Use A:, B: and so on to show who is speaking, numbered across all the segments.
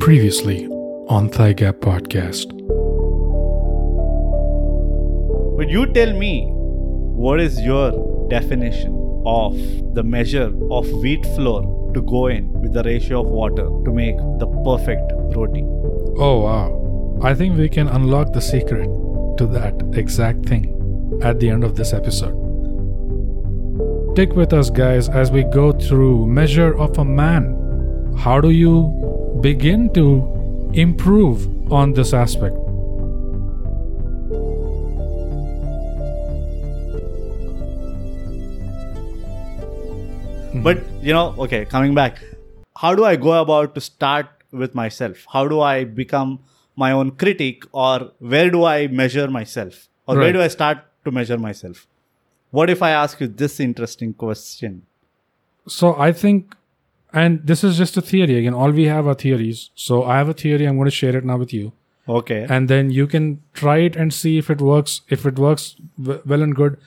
A: Previously on Thigh Gap Podcast.
B: But you tell me, what is your definition of the measure of wheat flour to go in with the ratio of water to make the perfect roti?
A: Oh wow. I think we can unlock the secret to that exact thing at the end of this episode. Stick with us, guys, as we go through Measure of a Man. How do you begin to improve on this aspect?
B: But you know, okay, coming back, how do I go about to start with myself? How do I become my own critic, or where do I measure myself, or where
A: Right.
B: do I start to measure myself? What if I ask you this interesting question?
A: So I think, and this is just a theory again, all we have are theories. So I have a theory, I'm going to share it now with you.
B: Okay.
A: and then you can try it and see if it works if it works w- well and good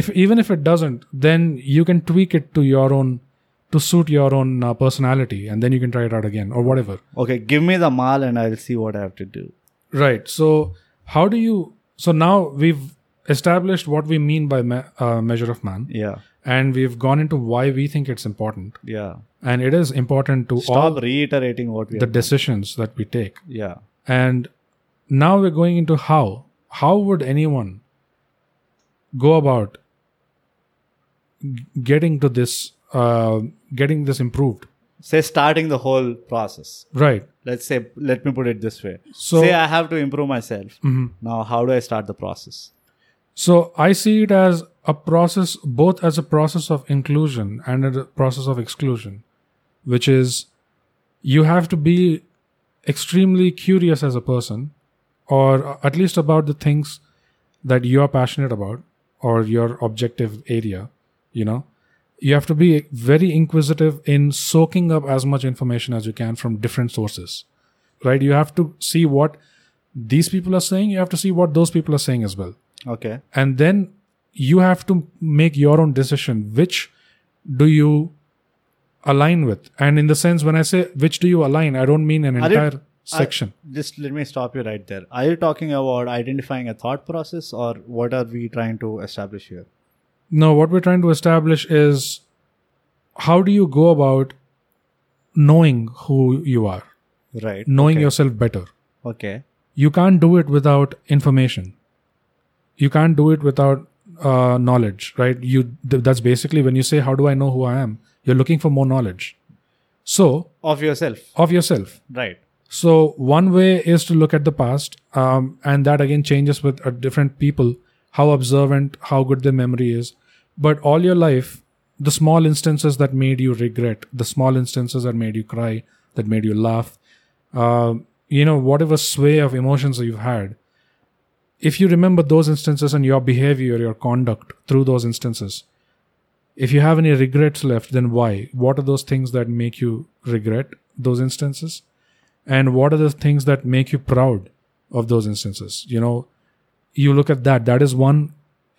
A: if even if it doesn't then you can tweak it to your own to suit your own uh, personality and then you can try it out again or whatever
B: okay, give me the mal and I'll see what I have to do.
A: right so how do you so now we've established what we mean by me- uh, measure of man
B: Yeah.
A: and we've gone into why we think it's important
B: Yeah.
A: and it is important to
B: Stop
A: all
B: reiterating what we
A: the
B: are.
A: decisions that we take
B: Yeah.
A: And now we're going into how. How would anyone go about g- getting to this, uh, getting this improved?
B: Say starting the whole process.
A: Right.
B: Let's say, let me put it this way.
A: So- Mm-hmm.
B: say I have to improve myself. Now, how do I start the process?
A: So I see it as a process, both as a process of inclusion and a process of exclusion, which is you have to be extremely curious as a person, or at least about the things that you're passionate about or your objective area, you know. You have to be very inquisitive in soaking up as much information as you can from different sources, right? You have to see what these people are saying, you have to see what those people are saying as well
B: Okay.
A: and then you have to make your own decision which do you align with and in the sense when i say which do you align i don't mean an
B: Are you-
A: entire
B: I-
A: section
B: just let me stop you right there. Are you talking about identifying a thought process or what are we trying to establish here?
A: no what we're trying to establish is how do you go about knowing who you are
B: Right.
A: knowing
B: okay.
A: yourself better
B: Okay.
A: you can't do it without information you can't do it without uh, knowledge right you th- that's basically when you say how do i know who i am you're looking for more knowledge so
B: Of yourself.
A: of yourself.
B: Right.
A: So one way is to look at the past, um, and that again changes with uh, different people, how observant, how good their memory is. But all your life, the small instances that made you regret, the small instances that made you cry, that made you laugh, uh, you know, whatever sway of emotions that you've had, if you remember those instances and your behavior, your conduct through those instances, if you have any regrets left, then why? What are those things that make you regret those instances? And what are the things that make you proud of those instances? You know, you look at that. That is one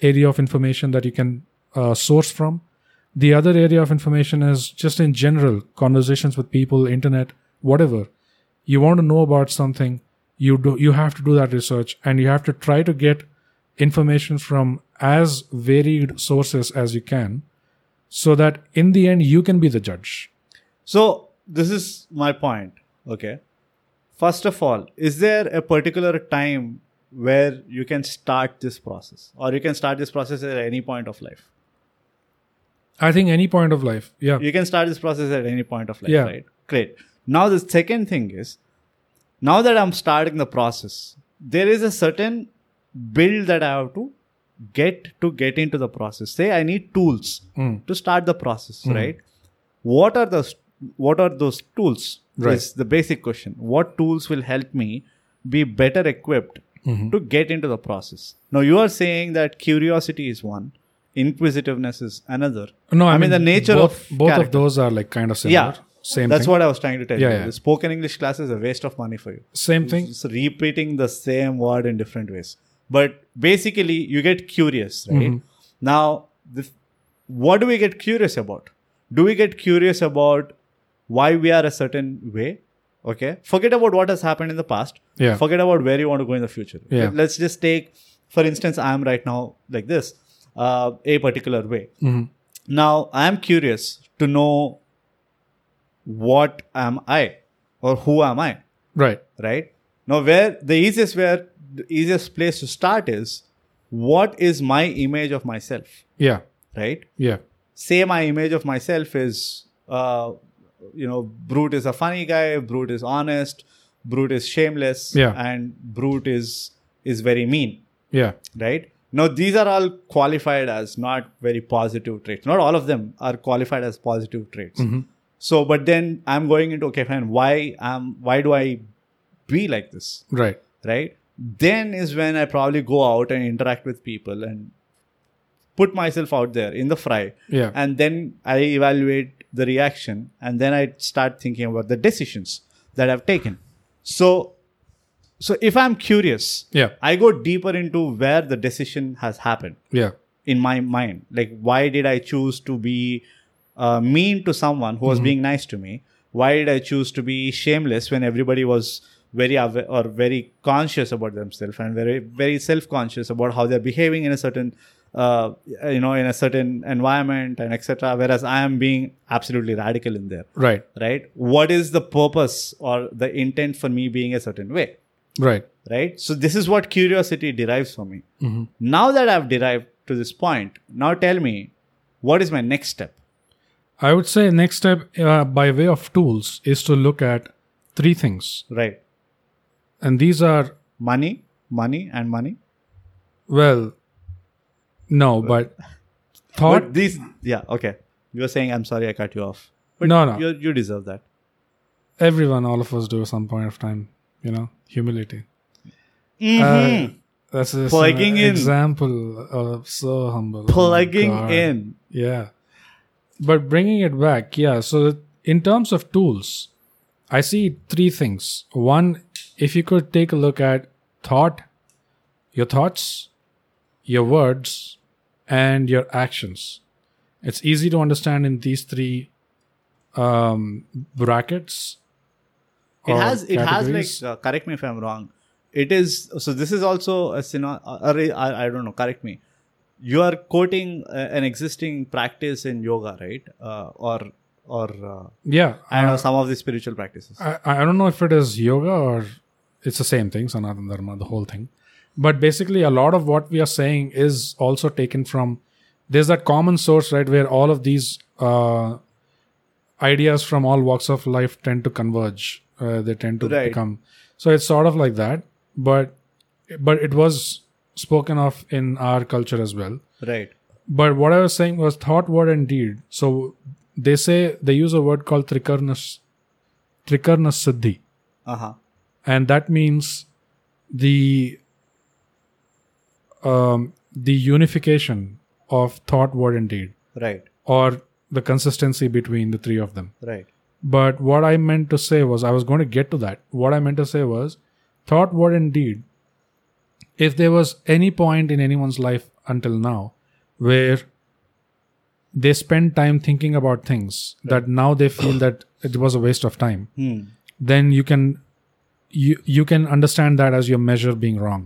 A: area of information that you can uh, source from. The other area of information is just in general conversations with people, internet, whatever. You want to know about something, you do you have to do that research and you have to try to get information from as varied sources as you can so that in the end you can be the judge.
B: So this is my point. Okay. First of all, is there a particular time where you can start this process, or you can start this process at any point of life?
A: I think any point of life. Yeah.
B: You can start this process at any point of life,
A: Yeah.
B: right? Great. Now the second thing is, now that I'm starting the process, there is a certain build that I have to get to get into the process. Say I need tools
A: Mm.
B: to start the process,
A: Hmm.
B: right? What are the what are those tools?
A: Right.
B: Is the basic question. What tools will help me be better equipped
A: Mm-hmm.
B: to get into the process? Now you are saying that curiosity is one, inquisitiveness is another.
A: No, I,
B: mean, the nature
A: both,
B: of
A: both
B: character.
A: of those are like kind of similar.
B: Yeah.
A: Same
B: That's
A: thing.
B: what I was trying to tell
A: Yeah,
B: you.
A: yeah.
B: The spoken English class is a waste of money for you.
A: Same thing.
B: It's repeating the same word in different ways. But basically, you get curious, right?
A: Mm-hmm.
B: Now, this, what do we get curious about? Do we get curious about why we are a certain way? Okay. Forget about what has happened in the past.
A: Yeah.
B: Forget about where you want to go in the future.
A: Yeah.
B: Let's just take, for instance, I am right now like this, uh, a particular way.
A: Mhm.
B: Now, I am curious to know what am I or who am I,
A: Right.
B: right? Now, where the easiest where the easiest place to start is what is my image of myself,
A: Yeah.
B: right?
A: Yeah.
B: say my image of myself is uh, you know brute is a funny guy brute is honest brute is shameless
A: Yeah.
B: and brute is is very mean
A: Yeah.
B: right now these are all qualified as not very positive traits not all of them are qualified as positive traits so but then i'm going into okay fine why am why do i be like this
A: Right.
B: right then is when i probably go out and interact with people and put myself out there in the fry
A: Yeah.
B: and then I evaluate the reaction, and then I start thinking about the decisions that I've taken. So, so if I'm curious,
A: yeah.
B: I go deeper into where the decision has happened
A: Yeah.
B: in my mind. Like, why did I choose to be uh, mean to someone who was being nice to me? Why did I choose to be shameless when everybody was very aware or very conscious about themselves and very very self conscious about how they're behaving in a certain uh, you know in a certain environment and etc. Whereas I am being absolutely radical in there,
A: Right.
B: right? What is the purpose or the intent for me being a certain way?
A: Right.
B: right so this is what curiosity derives for me
A: Mm-hmm.
B: now that i've derived to this point now tell me what is my next step
A: I would say next step uh, by way of tools is to look at three things.
B: right
A: And these are,
B: money money and money
A: well, no, but thought.
B: but these yeah okay you were saying i'm sorry i cut you off
A: no, no.
B: you you deserve that
A: Everyone, all of us do at some point of time, you know, humility. Uh, that's just an
B: Mm-hmm. Plugging in.
A: example of so humble. Oh my
B: plugging
A: God.
B: in
A: Yeah. But bringing it back, yeah. So, in terms of tools, I see three things. One, if you could take a look at thought, your thoughts, your words, and your actions. It's easy to understand in these three um, brackets.
B: it
A: or
B: has it has like
A: categories.
B: uh, correct me if i'm wrong it is so this is also a syno- a, a, I, I don't know correct me you are quoting uh, an existing practice in yoga right uh, or or uh,
A: yeah.
B: I don't know some of the spiritual practices.
A: I, I don't know if it is yoga or it's the same thing, Sanatana Dharma, the whole thing. But basically, a lot of what we are saying is also taken from there's that common source, right, where all of these uh, ideas from all walks of life tend to converge. Uh, they tend to
B: Right.
A: become so it's sort of like that, but but it was spoken of in our culture as well.
B: Right.
A: But what I was saying was thought, word, and deed. So they say they use a word called trikarnas, trikarnas siddhi,
B: Uh huh.
A: and that means the um, the unification of thought, word, and deed,
B: Right.
A: or the consistency between the three of them.
B: Right.
A: But what I meant to say was, I was going to get to that. What I meant to say was, thought, word, and deed. If there was any point in anyone's life until now where they spend time thinking about things that now they feel that it was a waste of time,
B: Hmm.
A: then you can you you can understand that as your measure being wrong.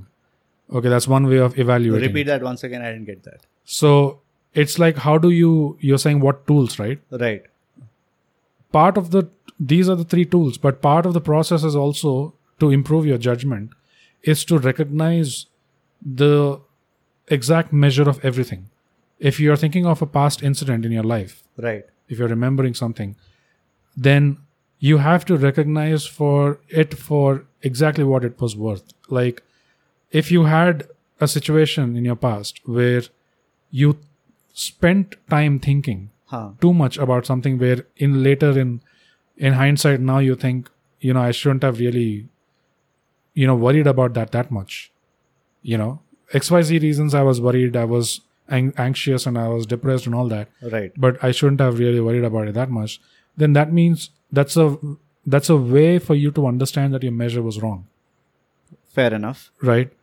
A: Okay, that's one way of evaluating.
B: Repeat that once again. I didn't get that.
A: So it's like how do you you're saying what tools, right?
B: Right.
A: part of the these are the three tools but part of the process is also to improve your judgment is to recognize the exact measure of everything if you are thinking of a past incident in your life
B: Right.
A: if you're remembering something then you have to recognize for it for exactly what it was worth like if you had a situation in your past where you spent time thinking
B: Huh.
A: too much about something where in later in in hindsight now you think you know i shouldn't have really you know worried about that that much you know xyz reasons i was worried i was ang- anxious and i was depressed and all that
B: Right.
A: but i shouldn't have really worried about it that much then that means that's a that's a way for you to understand that your measure was wrong
B: Fair enough.
A: right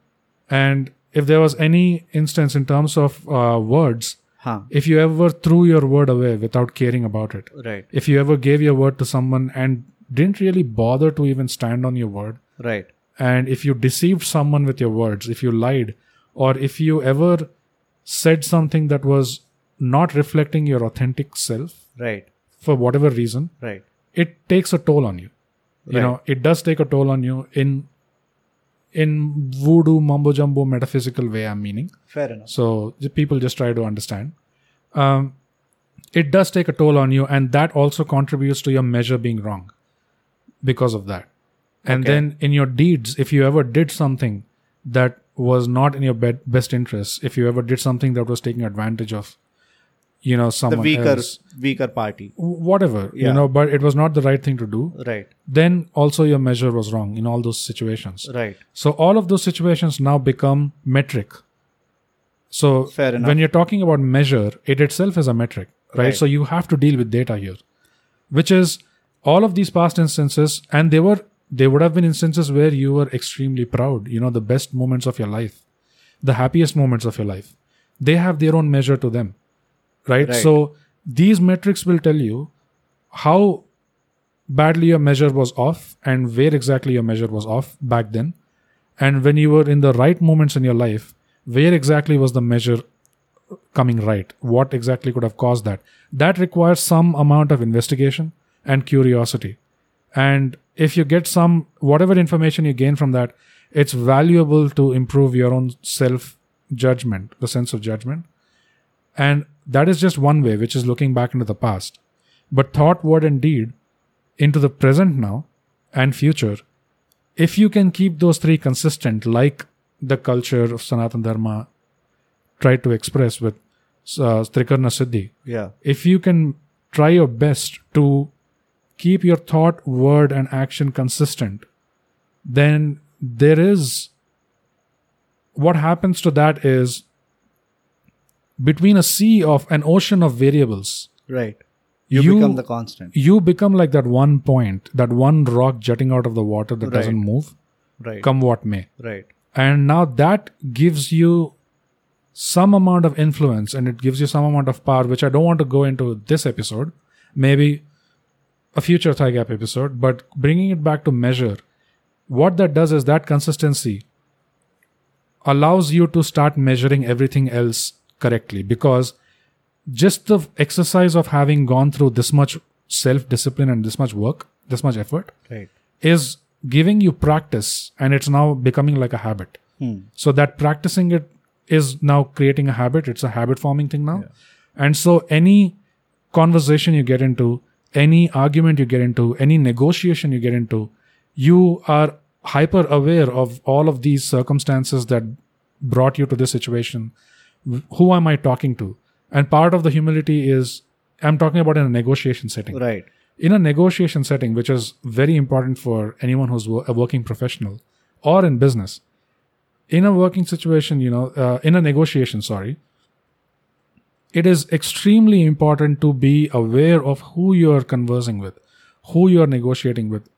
A: and if there was any instance in terms of uh, words
B: Huh.
A: if you ever threw your word away without caring about it
B: Right.
A: if you ever gave your word to someone and didn't really bother to even stand on your word
B: Right.
A: and if you deceived someone with your words if you lied or if you ever said something that was not reflecting your authentic self
B: Right.
A: for whatever reason
B: Right.
A: it takes a toll on you you
B: Right.
A: know it does take a toll on you in in voodoo mumbo jumbo metaphysical way i'm meaning
B: Fair enough.
A: so the people just try to understand um, it does take a toll on you and that also contributes to your measure being wrong because of that and
B: Okay.
A: then in your deeds if you ever did something that was not in your be- best interest if you ever did something that was taking advantage of you know
B: The
A: someone
B: weaker
A: else
B: weaker party.
A: w- whatever you
B: Yeah.
A: know but it was not the right thing to do
B: Right.
A: then also your measure was wrong in all those situations
B: Right.
A: so all of those situations now become metric. So
B: Fair enough.
A: when you're talking about measure, it itself is a metric, right?
B: Right.
A: So you have to deal with data here, which is all of these past instances, and they were they would have been instances where you were extremely proud, you know, the best moments of your life, the happiest moments of your life. They have their own measure to them, right?
B: Right.
A: So these metrics will tell you how badly your measure was off and where exactly your measure was off back then and when you were in the right moments in your life where exactly was the measure coming right what exactly could have caused that that requires some amount of investigation and curiosity and if you get some whatever information you gain from that it's valuable to improve your own self judgment the sense of judgment and that is just one way which is looking back into the past but thought word and deed into the present now and future if you can keep those three consistent, like the culture of Sanatana Dharma tried to express with uh, Trikarna Siddhi,
B: Yeah.
A: if you can try your best to keep your thought, word, and action consistent, then there is what happens to that is between a sea of an ocean of variables,
B: Right. You,
A: You-
B: become the constant.
A: you become like that one point, that one rock jutting out of the water that
B: Right.
A: doesn't move,
B: Right.
A: come what may.
B: Right.
A: and now that gives you some amount of influence and it gives you some amount of power which i don't want to go into this episode maybe a future thigh gap episode but bringing it back to measure what that does is that consistency allows you to start measuring everything else correctly because just the exercise of having gone through this much self discipline and this much work this much effort
B: Right.
A: is giving you practice and it's now becoming like a habit
B: Hmm.
A: so that practicing it is now creating a habit it's a habit forming thing now and so any conversation you get into any argument you get into any negotiation you get into you are hyper aware of all of these circumstances that brought you to this situation who am i talking to and part of the humility is i'm talking about in a negotiation setting
B: Right.
A: in a negotiation setting, which is very important for anyone who's wo- a working professional or in business, in a working situation, you know, uh, in a negotiation, sorry, it is extremely important to be aware of who you're conversing with, who you're negotiating with,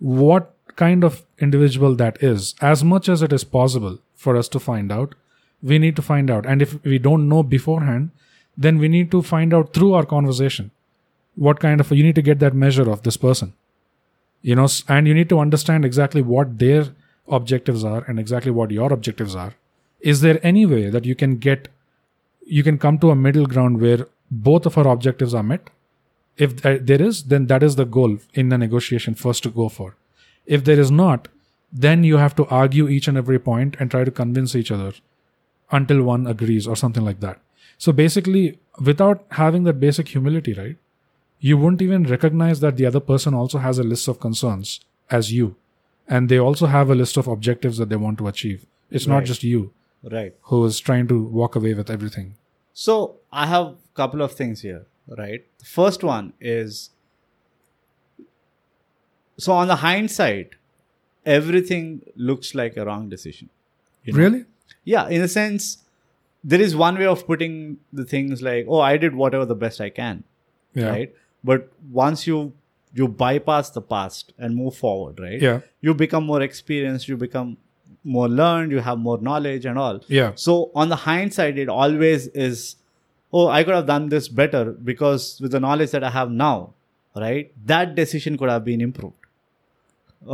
A: what kind of individual that is. As much as it is possible for us to find out, we need to find out. And if we don't know beforehand, then we need to find out through our conversation what kind of you need to get that measure of this person you know s- and you need to understand exactly what their objectives are and exactly what your objectives are is there any way that you can get you can come to a middle ground where both of our objectives are met if th- uh, there is then that is the goal in the negotiation first to go for if there is not then you have to argue each and every point and try to convince each other until one agrees or something like that so basically without having that basic humility right you wouldn't even recognize that the other person also has a list of concerns as you and they also have a list of objectives that they want to achieve it's not
B: Right.
A: just you
B: Right.
A: who is trying to walk away with everything
B: So I have a couple of things here, right? The first one is so on the hindsight, everything looks like a wrong decision. you know?
A: really
B: Yeah, in a sense, there is one way of putting the things like, oh, I did whatever the best I can,
A: yeah
B: right? But once you you bypass the past and move forward, right?
A: yeah
B: You become more experienced, you become more learned, you have more knowledge and all.
A: yeah
B: So on the hindsight, it always is, oh, I could have done this better because with the knowledge that I have now, right that decision could have been improved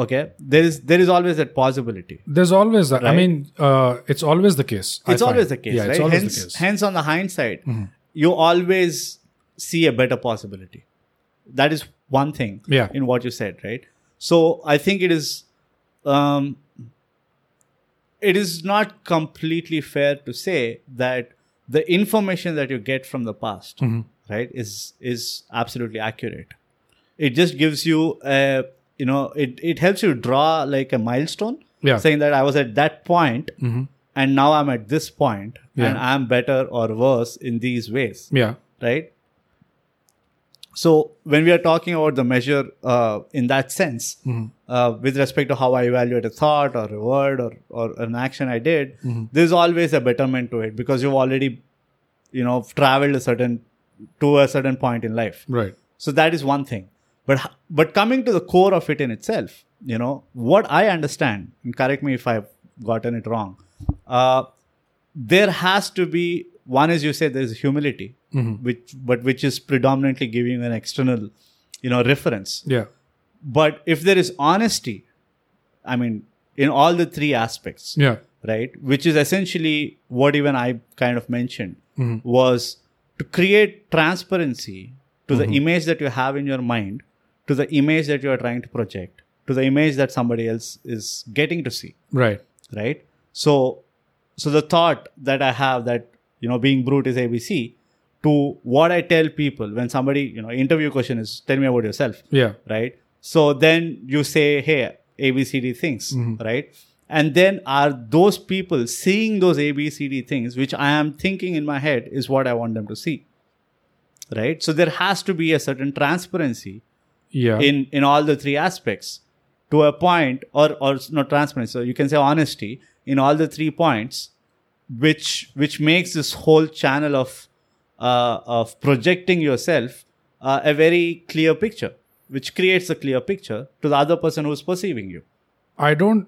B: okay there is there is always that possibility
A: There's always that. I mean, uh, it's always the case. I
B: it's
A: find.
B: always the case
A: Yeah,
B: right
A: it's always
B: hence
A: the case. Mm-hmm.
B: hence on the hindsight you always see a better possibility that is one thing
A: Yeah.
B: in what you said right so i think it is um it is not completely fair to say that the information that you get from the past
A: Mm-hmm.
B: right is is absolutely accurate it just gives you a you know it, it helps you draw like a milestone
A: Yeah. Mm-hmm.
B: saying that i was at that point and now i'm at this point, and
A: Yeah.
B: i'm better or worse in these ways
A: yeah.
B: right so when we are talking about the measure uh, in that sense
A: Mm-hmm.
B: uh, with respect to how i evaluate a thought or a word or, or an action i did
A: Mm-hmm.
B: there's always a betterment to it because you've already you know traveled a certain to a certain point in life
A: Right.
B: so that is one thing. But h- but coming to the core of it in itself, you know what I understand, and correct me if I've gotten it wrong. Uh, there has to be one, as you said, there is humility, which but which is predominantly giving an external, you know, reference.
A: Yeah.
B: But if there is honesty, I mean, in all the three aspects,
A: Yeah.
B: right which is essentially what even i kind of mentioned was to create transparency to the image that you have in your mind to the image that you are trying to project to the image that somebody else is getting to see
A: Right.
B: right so so the thought that i have that you know being brute is abc to what i tell people when somebody you know interview question is tell me about yourself
A: Yeah.
B: right? So then you say, hey, ABCD things, right? And then are those people seeing those ABCD things, which I am thinking in my head is what I want them to see, right? So there has to be a certain transparency
A: Yeah.
B: in in all the three aspects to a point or or not transparency so you can say honesty in all the three points which which makes this whole channel of uh, of projecting yourself uh, a very clear picture which creates a clear picture to the other person who's perceiving you
A: I don't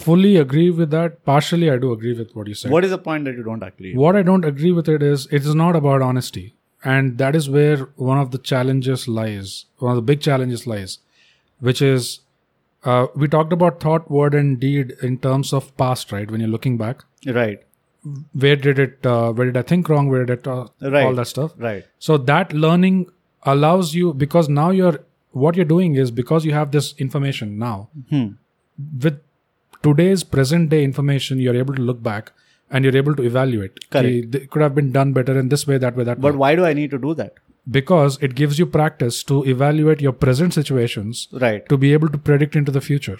A: fully agree with that. Partially, I do agree with what you said.
B: what is the point that you don't agree
A: What I don't agree with it is it is not about honesty. And that is where one of the challenges lies, one of the big challenges lies, which is uh, we talked about thought, word, and deed in terms of past, right? When you're looking back,
B: right
A: where did it, uh, where did I think wrong? Where did I, ta-
B: Right.
A: all that stuff?
B: right
A: So that learning allows you because now you're what you're doing is because you have this information now.
B: Hmm.
A: With today's present day information, you're able to look back and you're able to evaluate.
B: Correct.
A: Okay, th- It could have been done better in this way, that way, that
B: but
A: way.
B: why do i need to do that
A: Because it gives you practice to evaluate your present situations
B: right
A: to be able to predict into the future.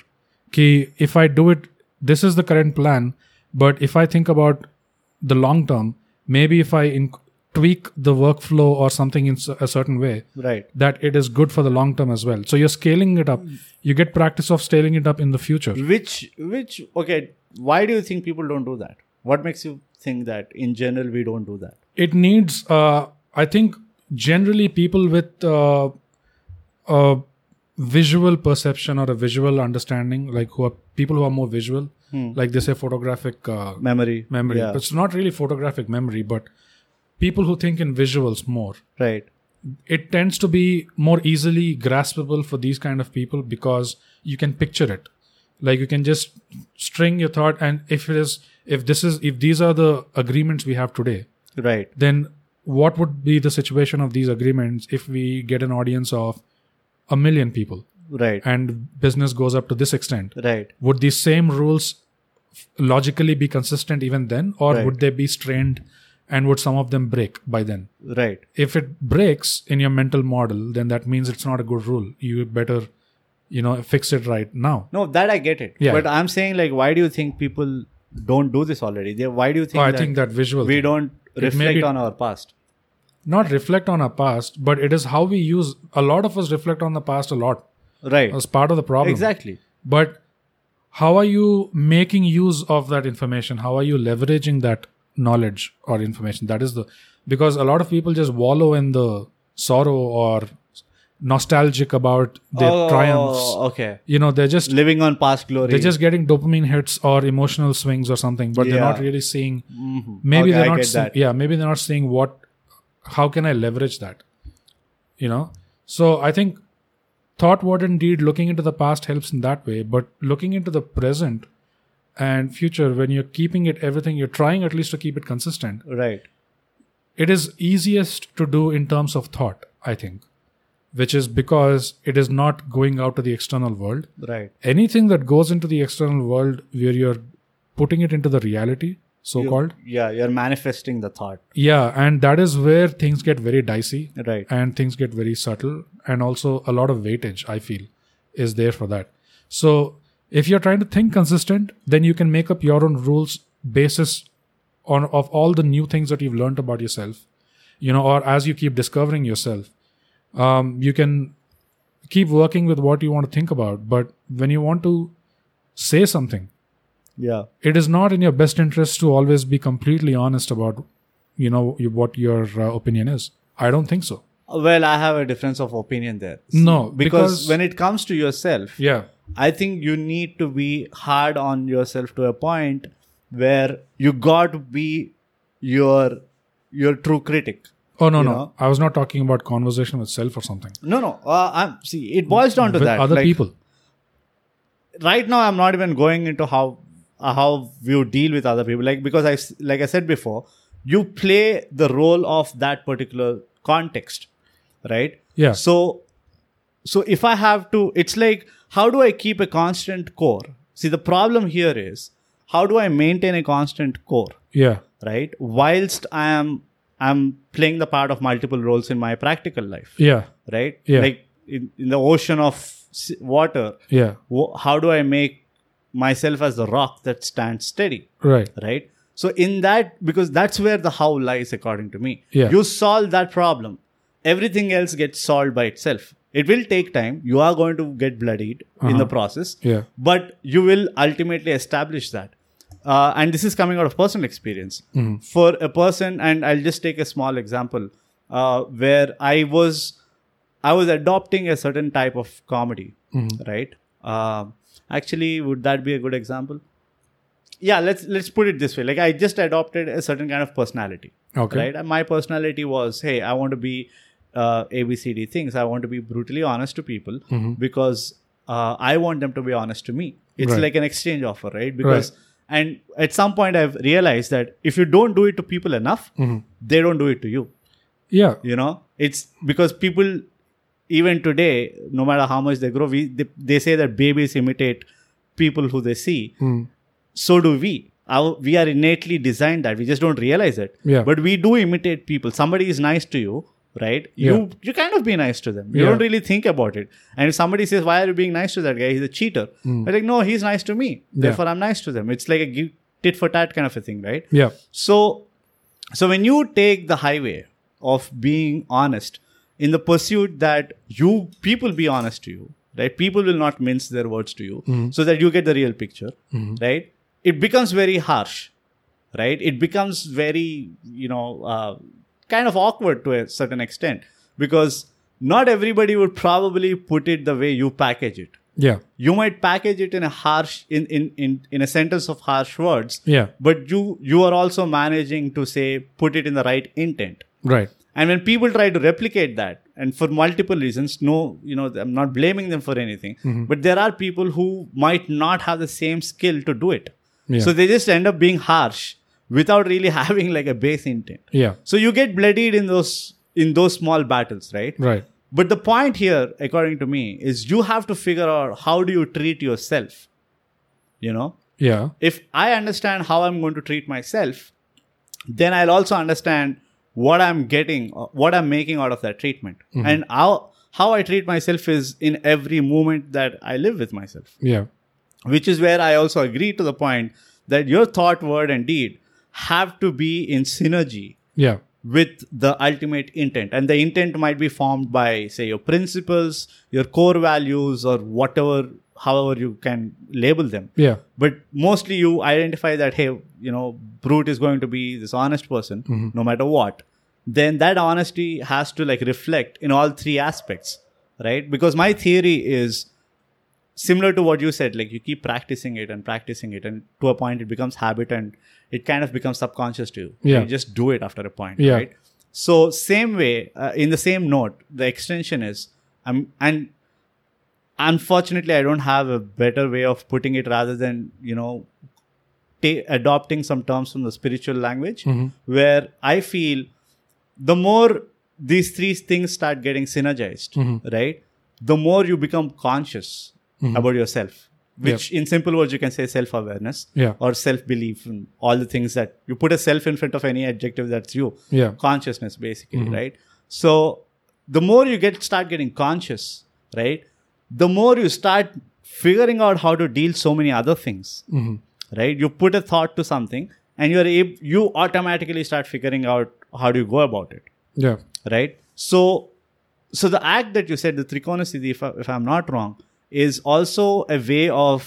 A: Ki, if I do it, this is the current plan, but if I think about the long term, maybe if I in- tweak the workflow or something in s- a certain way,
B: right
A: that it is good for the long term as well. So you're scaling it up. You get practice of scaling it up in the future.
B: which which okay why do you think people don't do that what makes you think that in general we don't do that
A: It needs, uh, I think, generally people with uh, a visual perception or a visual understanding, like who are people who are more visual, like they say photographic uh,
B: memory
A: memory.
B: yeah.
A: It's not really photographic memory, but people who think in visuals more.
B: right
A: It tends to be more easily graspable for these kind of people because you can picture it. Like you can just string your thought, and if it is, if this is, if these are the agreements we have today,
B: right
A: then what would be the situation of these agreements if we get an audience of a million people
B: right
A: and business goes up to this extent?
B: right
A: would these same rules f- logically be consistent even then or
B: Right.
A: would they be strained and would some of them break by then
B: right
A: if it breaks in your mental model then that means it's not a good rule you better you know fix it right now
B: no that i get it
A: Yeah.
B: but i'm saying like why do you think people don't do this already they, why do you think,
A: Oh, i
B: that
A: think that visual
B: we
A: thing.
B: don't
A: may
B: reflect
A: be-
B: on our past
A: not reflect on our past but it is how we use a lot of us reflect on the past a lot
B: right
A: as part of the problem
B: exactly
A: but how are you making use of that information how are you leveraging that knowledge or information that is the because a lot of people just wallow in the sorrow or nostalgic about their
B: oh,
A: triumphs
B: okay
A: you know they're just
B: living on past glory
A: they're just getting dopamine hits or emotional swings or something but they're
B: Yeah.
A: not really seeing
B: Mhm.
A: maybe
B: Okay,
A: they're
B: I
A: not
B: get
A: see-
B: that.
A: yeah maybe they're not seeing what how can i leverage that you know So I think thought, word, and deed looking into the past helps in that way. But looking into the present and future, when you're keeping it everything, you're trying at least to keep it consistent,
B: Right.
A: it is easiest to do in terms of thought, I think, which is because it is not going out to the external world.
B: Right.
A: Anything that goes into the external world where you're putting it into the reality, so called,
B: Yeah, you're manifesting the thought.
A: yeah, and that is where things get very dicey
B: Right.
A: and things get very subtle and also a lot of weightage i feel is there for that so if you're trying to think consistent then you can make up your own rules basis on of all the new things that you've learned about yourself you know or as you keep discovering yourself um, you can keep working with what you want to think about but when you want to say something
B: Yeah.
A: it is not in your best interest to always be completely honest about you know what your uh, opinion is i don't think so
B: Well, I have a difference of opinion there.
A: No,
B: because,
A: because-
B: when it comes to yourself,
A: yeah
B: I think you need to be hard on yourself to a point where you got to be your your true critic.
A: Oh no no!
B: know?
A: I was not talking about conversation with self or something.
B: No, no. Uh, I'm see. It boils down to
A: with
B: that.
A: other
B: Like,
A: people.
B: Right now, I'm not even going into how uh, how you deal with other people. Like because I s- like I said before, you play the role of that particular context, right?
A: Yeah.
B: So, so if I have to, it's like, how do I keep a constant core? See, the problem here is, how do I maintain a constant core,
A: Yeah.
B: right? Whilst I am, I'm playing the part of multiple roles in my practical life,
A: Yeah.
B: right?
A: Yeah.
B: Like in, in the ocean of s- water,
A: Yeah.
B: wo- how do I make myself as the rock that stands steady?
A: Right.
B: right so in that because that's where the how lies according to me
A: Yeah.
B: you solve that problem everything else gets solved by itself it will take time you are going to get bloodied in the process
A: Yeah.
B: but you will ultimately establish that uh, and this is coming out of personal experience for a person and i'll just take a small example uh, where i was i was adopting a certain type of comedy right Um actually would that be a good example yeah let's let's put it this way like i just adopted a certain kind of personality
A: Okay.
B: right and my personality was hey i want to be uh, abcd things i want to be brutally honest to people
A: Mm-hmm.
B: because uh, i want them to be honest to me it's
A: Right.
B: like an exchange offer right because and at some point i've realized that if you don't do it to people enough they don't do it to you
A: Mm-hmm. Yeah.
B: you know it's because people even today no matter how much they grow we they, they say that babies imitate people who they see
A: Hmm.
B: so do we Our, we are innately designed that we just don't realize it
A: Yeah.
B: but we do imitate people somebody is nice to you right you
A: Yeah.
B: you kind of be nice to them you
A: Yeah.
B: don't really think about it and if somebody says why are you being nice to that guy he's a cheater
A: Hmm.
B: we're like no he's nice to me therefore i'm nice to them it's like a give tit for tat kind of a thing right
A: Yeah.
B: so, so when you take the highway of being honest in the pursuit that you people be honest to you, right? People will not mince their words to you, so that you get the real picture, right? It becomes very harsh, right? It becomes very you know uh, kind of awkward to a certain extent because not everybody would probably put it the way you package it.
A: Yeah.
B: You might package it in a harsh in in in, in a sentence of harsh words,
A: Yeah.
B: but you you are also managing to say put it in the right intent
A: Right.
B: and when people try to replicate that and for multiple reasons no you know i'm not blaming them for anything but there are people who might not have the same skill to do it
A: Yeah.
B: so they just end up being harsh without really having like a base intent
A: Yeah.
B: so you get bloodied in those in those small battles right
A: Right.
B: but the point here, according to me, is you have to figure out how do you treat yourself. You know,
A: Yeah.
B: if I understand how I'm going to treat myself, then I'll also understand what I'm getting, uh, what I'm making out of that treatment, and how how I treat myself is in every moment that I live with myself.
A: Yeah.
B: Which is where I also agree to the point that your thought, word, and deed have to be in synergy
A: Yeah.
B: with the ultimate intent and the intent might be formed by say your principles your core values or whatever however you can label them
A: Yeah.
B: but mostly you identify that hey you know brute is going to be this honest person
A: Mm-hmm.
B: no matter what then that honesty has to like reflect in all three aspects right because my theory is similar to what you said like you keep practicing it and practicing it and to a point it becomes habit and it kind of becomes subconscious to you
A: Yeah.
B: you just do it after a point
A: Yeah.
B: right so same way uh, in the same note the extension is I'm and unfortunately I don't have a better way of putting it rather than you know ta- adopting some terms from the spiritual language where I feel the more these three things start getting synergized, right? The more you become conscious about yourself, which in simple words you can say self awareness
A: Yeah.
B: or self belief and all the things that you put a self in front of any adjective that's you
A: Yeah.
B: consciousness basically right so the more you get start getting conscious right the more you start figuring out how to deal so many other things right you put a thought to something and you're ab- you automatically start figuring out how do you go about it
A: Yeah.
B: right so so the act that you said the trikona siddhi if, I, if i'm not wrong is also a way of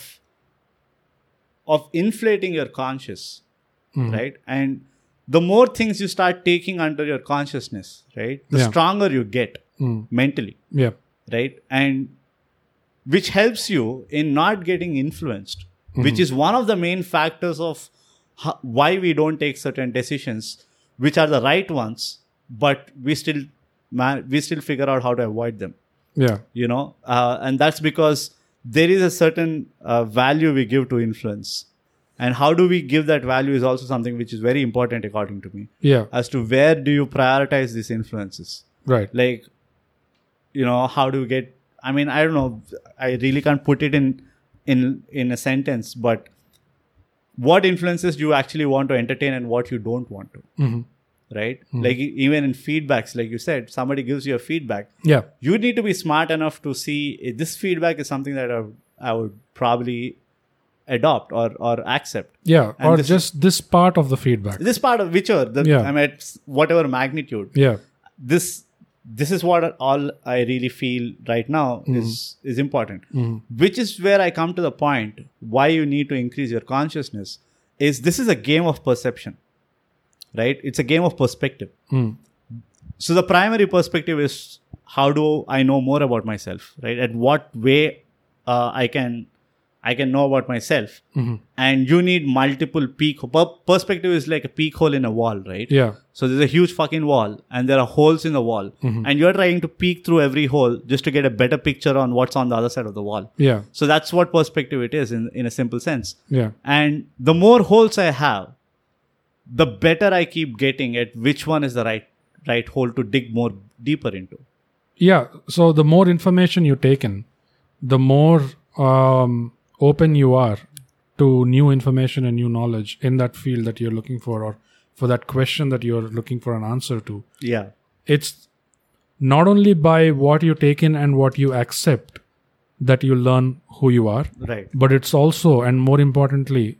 B: of inflating your conscious right and the more things you start taking under your consciousness right the
A: Yeah.
B: stronger you get
A: Mm.
B: mentally
A: Yeah.
B: right and which helps you in not getting influenced which is one of the main factors of ho- why we don't take certain decisions which are the right ones but we still man, we still figure out how to avoid them
A: Yeah.
B: you know uh, and that's because there is a certain uh, value we give to influence and how do we give that value is also something which is very important according to me
A: Yeah.
B: as to where do you prioritize these influences
A: Right.
B: like you know how do you get i mean i don't know i really can't put it in in in a sentence but what influences do you actually want to entertain and what you don't want to right like e- even in feedbacks like you said somebody gives you a feedback
A: Yeah.
B: you need to be smart enough to see if this feedback is something that i, would- I would probably adopt or or accept
A: Yeah.
B: And
A: or
B: this-
A: just this part of the feedback.
B: this part of whichever the
A: Yeah.
B: i mean it's whatever magnitude
A: Yeah.
B: this this is what all I really feel right now is is important. Which is where I come to the point why you need to increase your consciousness is this is a game of perception. Right? It's a game of perspective.
A: Mm.
B: So the primary perspective is how do I know more about myself, right? At what way uh, I can I can know about myself. And you need multiple peak per- perspective is like a peak hole in a wall, right?
A: Yeah.
B: So there's a huge fucking wall, and there are holes in the wall,
A: Mm-hmm.
B: and you're trying to peek through every hole just to get a better picture on what's on the other side of the wall.
A: Yeah.
B: So that's what perspective it is in, in a simple sense.
A: Yeah.
B: And the more holes I have, the better I keep getting at which one is the right right hole to dig more deeper into.
A: Yeah. So the more information you take in, the more um, open you are to new information and new knowledge in that field that you're looking for, or for that question that you're looking for an answer to.
B: Yeah.
A: It's not only by what you take in and what you accept that you learn who you are,
B: Right.
A: but it's also, and more importantly,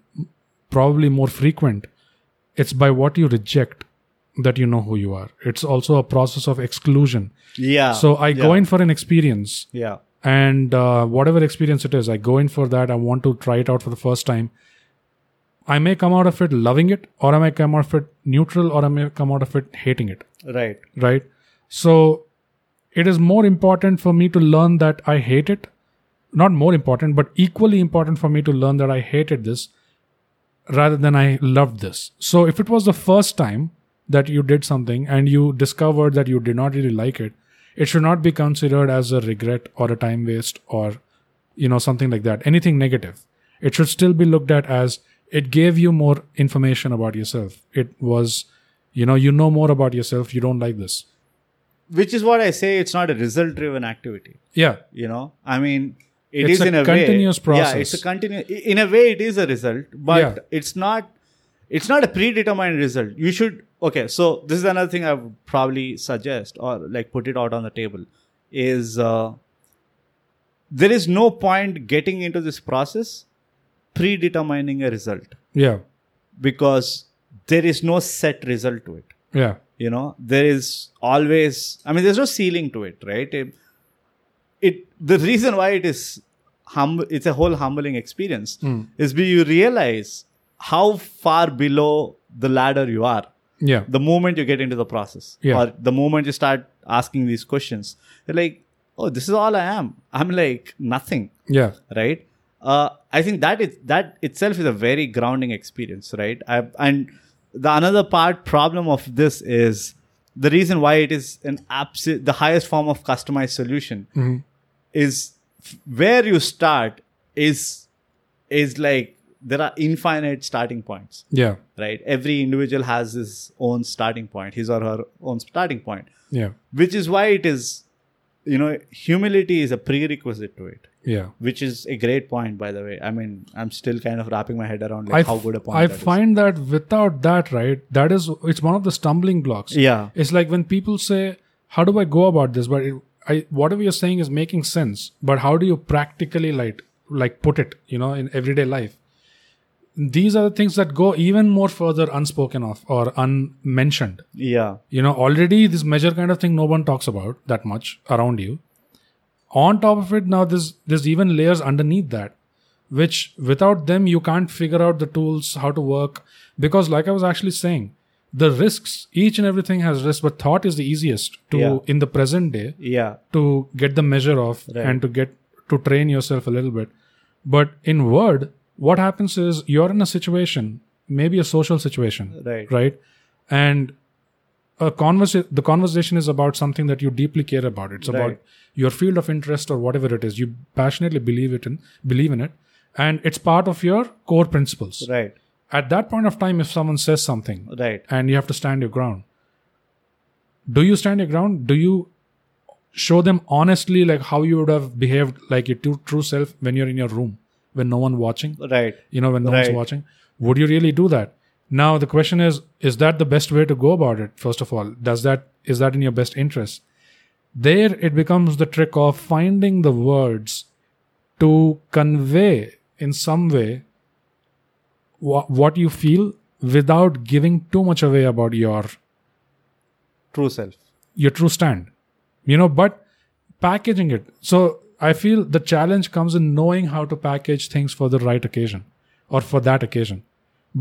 A: probably more frequent, it's by what you reject that you know who you are. It's also a process of exclusion.
B: Yeah.
A: So I
B: Oh, yeah.
A: go in for an experience,
B: Yeah.
A: and uh, whatever experience it is, I go in for that. I want to try it out for the first time. I may come out of it loving it, or I may come out of it neutral, or I may come out of it hating it,
B: Right.
A: right? So it is more important for me to learn that I hate it. Not more important, but equally important for me to learn that I hated this rather than I loved this. So if it was the first time that you did something and you discovered that you did not really like it, it should not be considered as a regret or a time waste or you know something like that. Anything negative. It should still be looked at as it gave you more information about yourself. It was you know you know more about yourself, you don't like this.
B: Which is what I say it's not a result driven activity.
A: Yeah.
B: you know i mean it
A: It's
B: is
A: a
B: in a
A: continuous
B: way,
A: process.
B: yeah it's a continuous in a way it is a result but
A: Yeah.
B: it's not it's not a predetermined result you should okay so this is another thing i would probably suggest or like put it out on the table is uh, there is no point getting into this process predetermining a result
A: Yeah.
B: because there is no set result to it
A: Yeah.
B: you know there is always i mean there's no ceiling to it right it, it the reason why it is hum it's a whole humbling experience is be you realize how far below the ladder you are
A: Yeah.
B: the moment you get into the process
A: Yeah.
B: or the moment you start asking these questions you're like oh this is all i am i'm like nothing
A: Yeah.
B: right uh, i think that is that itself is a very grounding experience right I, and the another part problem of this is the reason why it is an absolute the highest form of customized solution is f- where you start is is like there are infinite starting points
A: Yeah.
B: right every individual has his own starting point his or her own starting point
A: Yeah.
B: which is why it is you know humility is a prerequisite to it
A: Yeah.
B: which is a great point by the way i mean i'm still kind of wrapping my head around
A: I
B: like, how
A: f-
B: good a point
A: I
B: that is.
A: find that without that, right, that is it's one of the stumbling blocks.
B: yeah
A: It's like when people say, "How do I go about this?" But it, I, whatever you're saying is making sense. But how do you practically like like put it, you know, in everyday life? These are the things that go even more further unspoken of or unmentioned.
B: yeah
A: You know, already this measure kind of thing no one talks about that much around you. On top of it, now there's there's even layers underneath that, which without them you can't figure out the tools how to work. Because like I was actually saying, the risks, each and everything has risks, but thought is the easiest to
B: Yeah.
A: in the present day
B: yeah
A: to get the measure of
B: Right.
A: and to get to train yourself a little bit. But in word, what happens is you're in a situation, maybe a social situation,
B: right
A: right and a conversa- the conversation is about something that you deeply care about it's about
B: Right.
A: your field of interest or whatever it is you passionately believe it in believe in it and it's part of your core principles
B: right
A: at that point of time if someone says something
B: right
A: and you have to stand your ground do you stand your ground do you show them honestly like how you would have behaved like your true, true self when you're in your room when no one watching
B: right
A: you know when no one's
B: Right.
A: watching would you really do that now the question is is that the best way to go about it first of all does that is that in your best interest there it becomes the trick of finding the words to convey in some way wha- what you feel without giving too much away about your
B: true self
A: your true stand you know but packaging it so i feel the challenge comes in knowing how to package things for the right occasion or for that occasion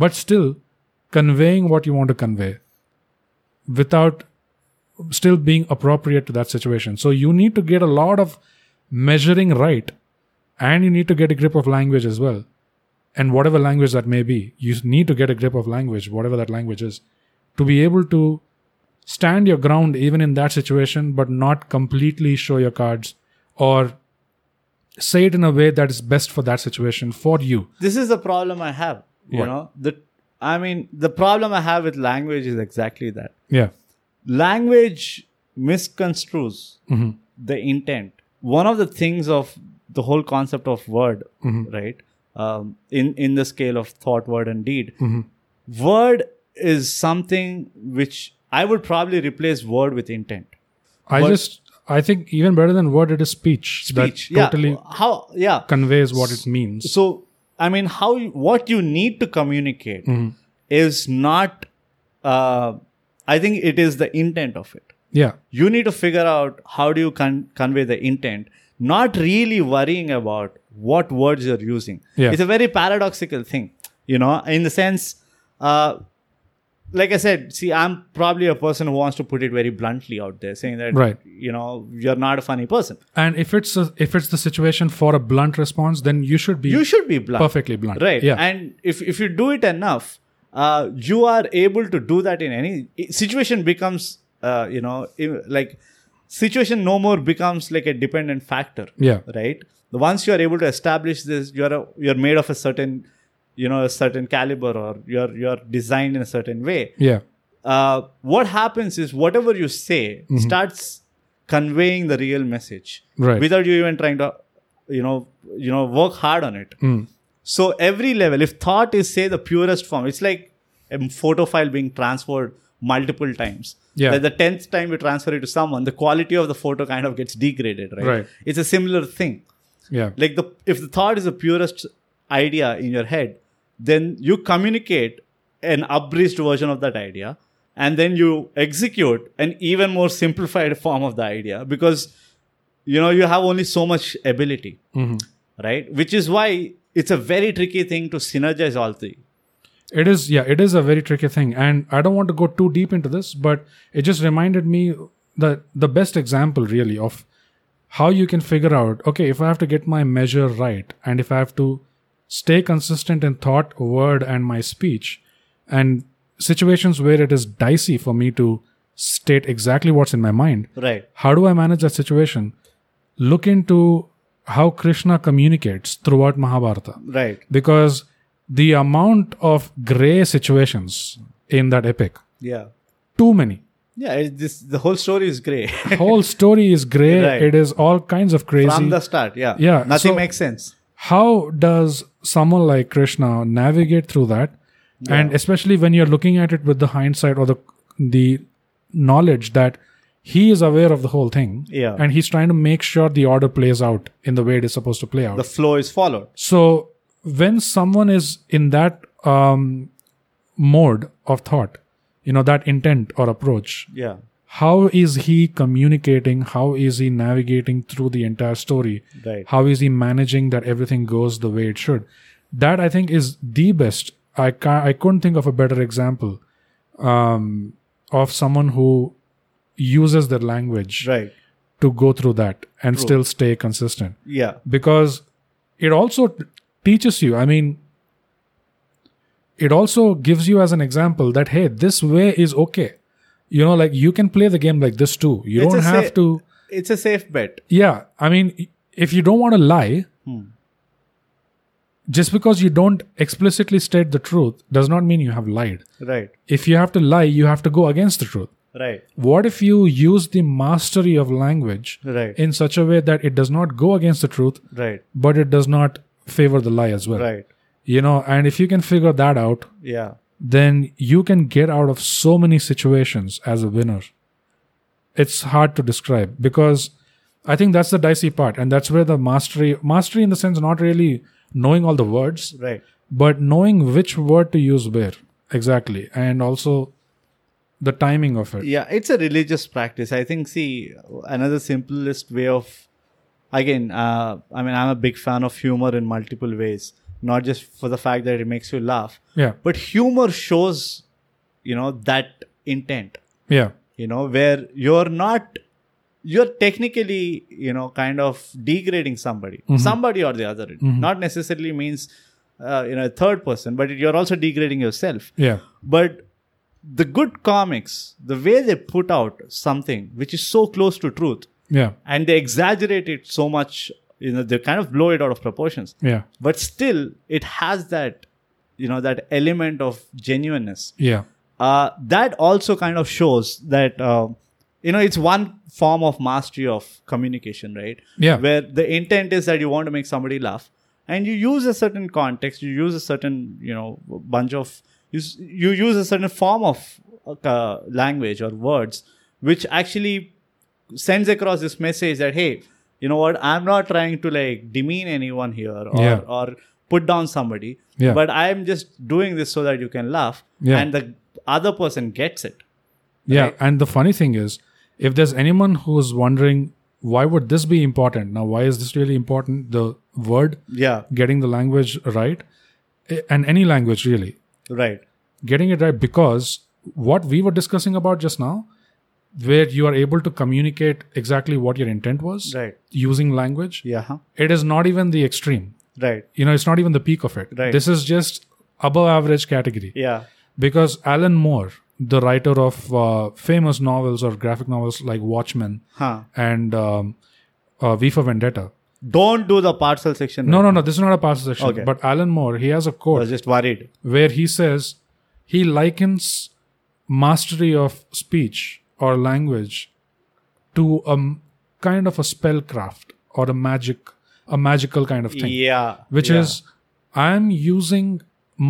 A: but still conveying what you want to convey without still being appropriate to that situation so you need to get a lot of measuring right and you need to get a grip of language as well and whatever language that may be you need to get a grip of language whatever that language is to be able to stand your ground even in that situation, but not completely show your cards or say it in a way that is best for that situation for you.
B: this is the problem i have you
A: What?
B: know the i mean the problem i have with language is exactly that
A: Yeah.
B: language misconstrues
A: Mm-hmm.
B: the intent one of the things of the whole concept of word
A: Mm-hmm.
B: right um, in in the scale of thought word and deed
A: Mm-hmm.
B: word is something which i would probably replace word with intent
A: I
B: But-
A: just, I think even better than word, it is speech.
B: speech
A: That totally
B: yeah how yeah
A: conveys what it means.
B: so i mean how you- what you need to communicate
A: Mm-hmm.
B: is not uh, i think it is the intent of it
A: Yeah.
B: you need to figure out how do you con- convey the intent not really worrying about what words you're using
A: Yeah.
B: it's a very paradoxical thing you know in the sense uh, like i said see i'm probably a person who wants to put it very bluntly out there saying that
A: Right.
B: you know you're not a funny person
A: And if it's a, if it's the situation for a blunt response, then you should be
B: you should be blunt
A: perfectly blunt.
B: right
A: Yeah.
B: and if, if you do it enough uh, you are able to do that in any situation becomes uh, you know i- like situation no more becomes like a dependent factor
A: yeah.
B: right once you are able to establish this you're a, you're made of a certain you know a certain caliber or you're you're designed in a certain way
A: Yeah.
B: uh, what happens is whatever you say
A: Mm-hmm.
B: starts conveying the real message
A: Right.
B: without you even trying to you know you know work hard on it
A: Mm.
B: so every level if thought is say the purest form it's like a photo file being transferred multiple times
A: Yeah.
B: Like the 10th time you transfer it to someone the quality of the photo kind of gets degraded right,
A: Right.
B: it's a similar thing
A: Yeah.
B: like the if the thought is the purest idea in your head then you communicate an abridged version of that idea and then you execute an even more simplified form of the idea because you know you have only so much ability
A: Mm-hmm.
B: right which is why it's a very tricky thing to synergize all three
A: It is, yeah, it is a very tricky thing, and I don't want to go too deep into this, but it just reminded me that the best example really of how you can figure out okay, if I have to get my measure right, and if I have to stay consistent in thought, word, and my speech, and situations where it is dicey for me to state exactly what's in my mind.
B: Right.
A: How do I manage that situation? Look into how Krishna communicates throughout Mahabharata
B: Right.
A: because the amount of gray situations in that epic,
B: Yeah.
A: too many.
B: Yeah. It, this the whole story is gray
A: Whole story is gray.
B: Right.
A: It is all kinds of crazy.
B: from the start. Yeah.
A: Yeah,
B: Nothing
A: so-
B: makes sense.
A: how does someone like krishna navigate through that and especially when you're looking at it with the hindsight or the the knowledge that he is aware of the whole thing
B: Yeah.
A: and he's trying to make sure the order plays out in the way it is supposed to play out
B: The flow is followed.
A: so when someone is in that um mode of thought you know that intent or approach
B: Yeah.
A: how is he communicating how is he navigating through the entire story
B: Right.
A: how is he managing that everything goes the way it should that i think is the best i can i couldn't think of a better example um, of someone who uses their language
B: Right.
A: to go through that and still stay consistent
B: Yeah.
A: because it also t- teaches you i mean it also gives you as an example that hey this way is okay you know like you can play the game like this too you
B: It's
A: don't
B: a
A: have
B: sa-
A: to
B: It's a safe bet.
A: yeah i mean i- if you don't want to lie
B: Hmm.
A: just because you don't explicitly state the truth does not mean you have lied
B: Right.
A: if you have to lie you have to go against the truth
B: Right.
A: what if you use the mastery of language
B: Right.
A: in such a way that it does not go against the truth
B: Right.
A: but it does not favor the lie as well
B: Right.
A: you know and if you can figure that out
B: Yeah.
A: then you can get out of so many situations as a winner it's hard to describe because i think that's the dicey part and that's where the mastery mastery in the sense not really knowing all the words
B: Right.
A: but knowing which word to use where exactly and also the timing of it
B: Yeah, it's a religious practice. I think, see, another simplest way of, again, uh, I mean, I'm a big fan of humor in multiple ways, not just for the fact that it makes you laugh,
A: yeah
B: but humor shows, you know, that intent,
A: yeah
B: you know, where you're not, you're technically, you know, kind of degrading somebody, somebody or the other. It Not necessarily means, uh, you know, a third person, but you're also degrading yourself
A: yeah
B: but the good comics the way they put out something which is so close to truth
A: yeah
B: and they exaggerate it so much you know they kind of blow it out of proportions
A: yeah
B: but still it has that you know that element of genuineness
A: yeah
B: uh, that also kind of shows that uh, you know it's one form of mastery of communication right
A: Yeah.
B: where the intent is that you want to make somebody laugh and you use a certain context you use a certain you know bunch of you, s- you use a certain form of uh, language or words which actually sends across this message that hey you know what i'm not trying to like demean anyone here or,
A: Yeah.
B: or put down somebody
A: Yeah.
B: but i'm just doing this so that you can laugh
A: Yeah.
B: and the other person gets it
A: Yeah, and the funny thing is, if there's anyone who's wondering why would this be important now, why is this really important? The word
B: yeah
A: getting the language right, eh, and any language really
B: right
A: getting it right, because what we were discussing about just now, where you are able to communicate exactly what your intent was
B: right
A: using language,
B: yeah huh?
A: it is not even the extreme.
B: right
A: You know, it's not even the peak of it.
B: Right.
A: This is just above average category
B: yeah
A: because Alan Moore, the writer of uh, famous novels or graphic novels like Watchmen
B: huh
A: and um, uh, V for Vendetta.
B: don't do the parcel section
A: No, no, no. This is not a parcel section.
B: Okay.
A: But Alan Moore, he has a
B: i
A: quote
B: was just worried
A: where he says he likens mastery of speech or language to a m- kind of a spellcraft or a magic, a magical kind of thing.
B: yeah
A: which
B: yeah.
A: is I'm using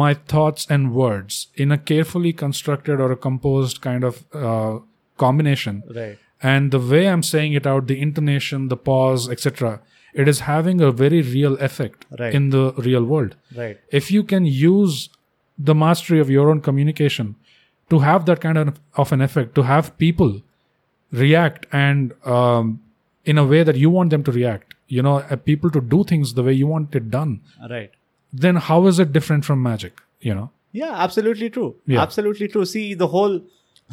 A: my thoughts and words in a carefully constructed or a composed kind of uh, combination.
B: right
A: And the way I'm saying it out, the intonation, the pause, etc., it is having a very real effect
B: Right.
A: in the real world.
B: right
A: If you can use the mastery of your own communication to have that kind of, of an effect, to have people react and um, in a way that you want them to react, you know, uh, people to do things the way you want it done,
B: right
A: then how is it different from magic? You know,
B: yeah absolutely true
A: Yeah.
B: absolutely true see the whole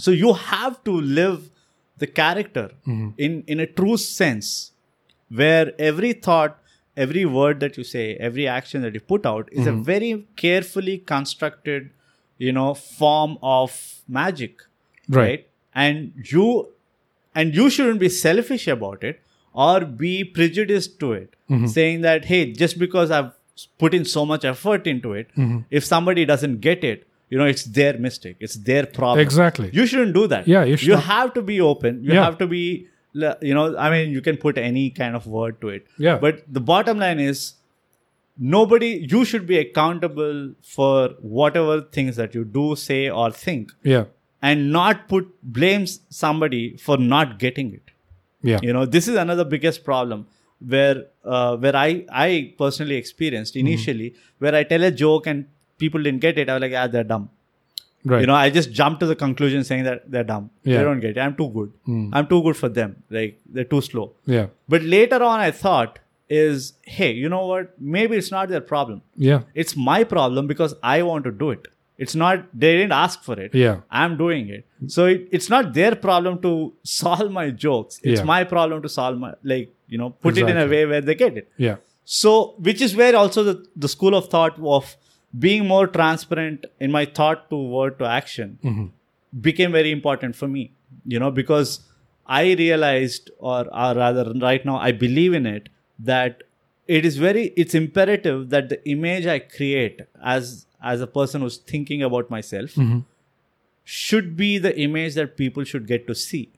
B: so you have to live the character
A: Mm-hmm.
B: in in a true sense where every thought every word that you say every action that you put out is
A: Mm-hmm.
B: a very carefully constructed you know form of magic
A: Right.
B: and you and you shouldn't be selfish about it or be prejudiced to it
A: Mm-hmm.
B: saying that hey just because i've put in so much effort into it
A: Mm-hmm.
B: if somebody doesn't get it you know it's their mistake it's their problem
A: Exactly.
B: you shouldn't do that
A: Yeah, you should
B: you
A: not-
B: have to be open you
A: Yeah.
B: have to be l- you know i mean you can put any kind of word to it
A: Yeah.
B: but the bottom line is nobody you should be accountable for whatever things that you do say or think
A: yeah.
B: and not put blames somebody for not getting it
A: Yeah.
B: you know this is another biggest problem where uh, where i i personally experienced
A: Mm-hmm.
B: initially where i tell a joke and people didn't get it i was like ah they're dumb
A: Right.
B: you know i just jumped to the conclusion saying that they're dumb
A: Yeah. Mm.
B: they don't get it i'm too good i'm too good for them like they're too slow
A: yeah.
B: but later on i thought is hey you know what maybe it's not their problem
A: Yeah.
B: it's my problem because i want to do it it's not they didn't ask for it
A: Yeah.
B: i'm doing it so it, it's not their problem to solve my jokes it's
A: Yeah.
B: my problem to solve my like you know put it in a
A: Exactly.
B: way where they get it
A: Yeah.
B: so which is where also the, the school of thought of being more transparent in my thought to word to action became very important for me you know because i realized or, or rather right now i believe in it that it is very it's imperative that the image i create as as a person who's thinking about myself should be the image that people should get to see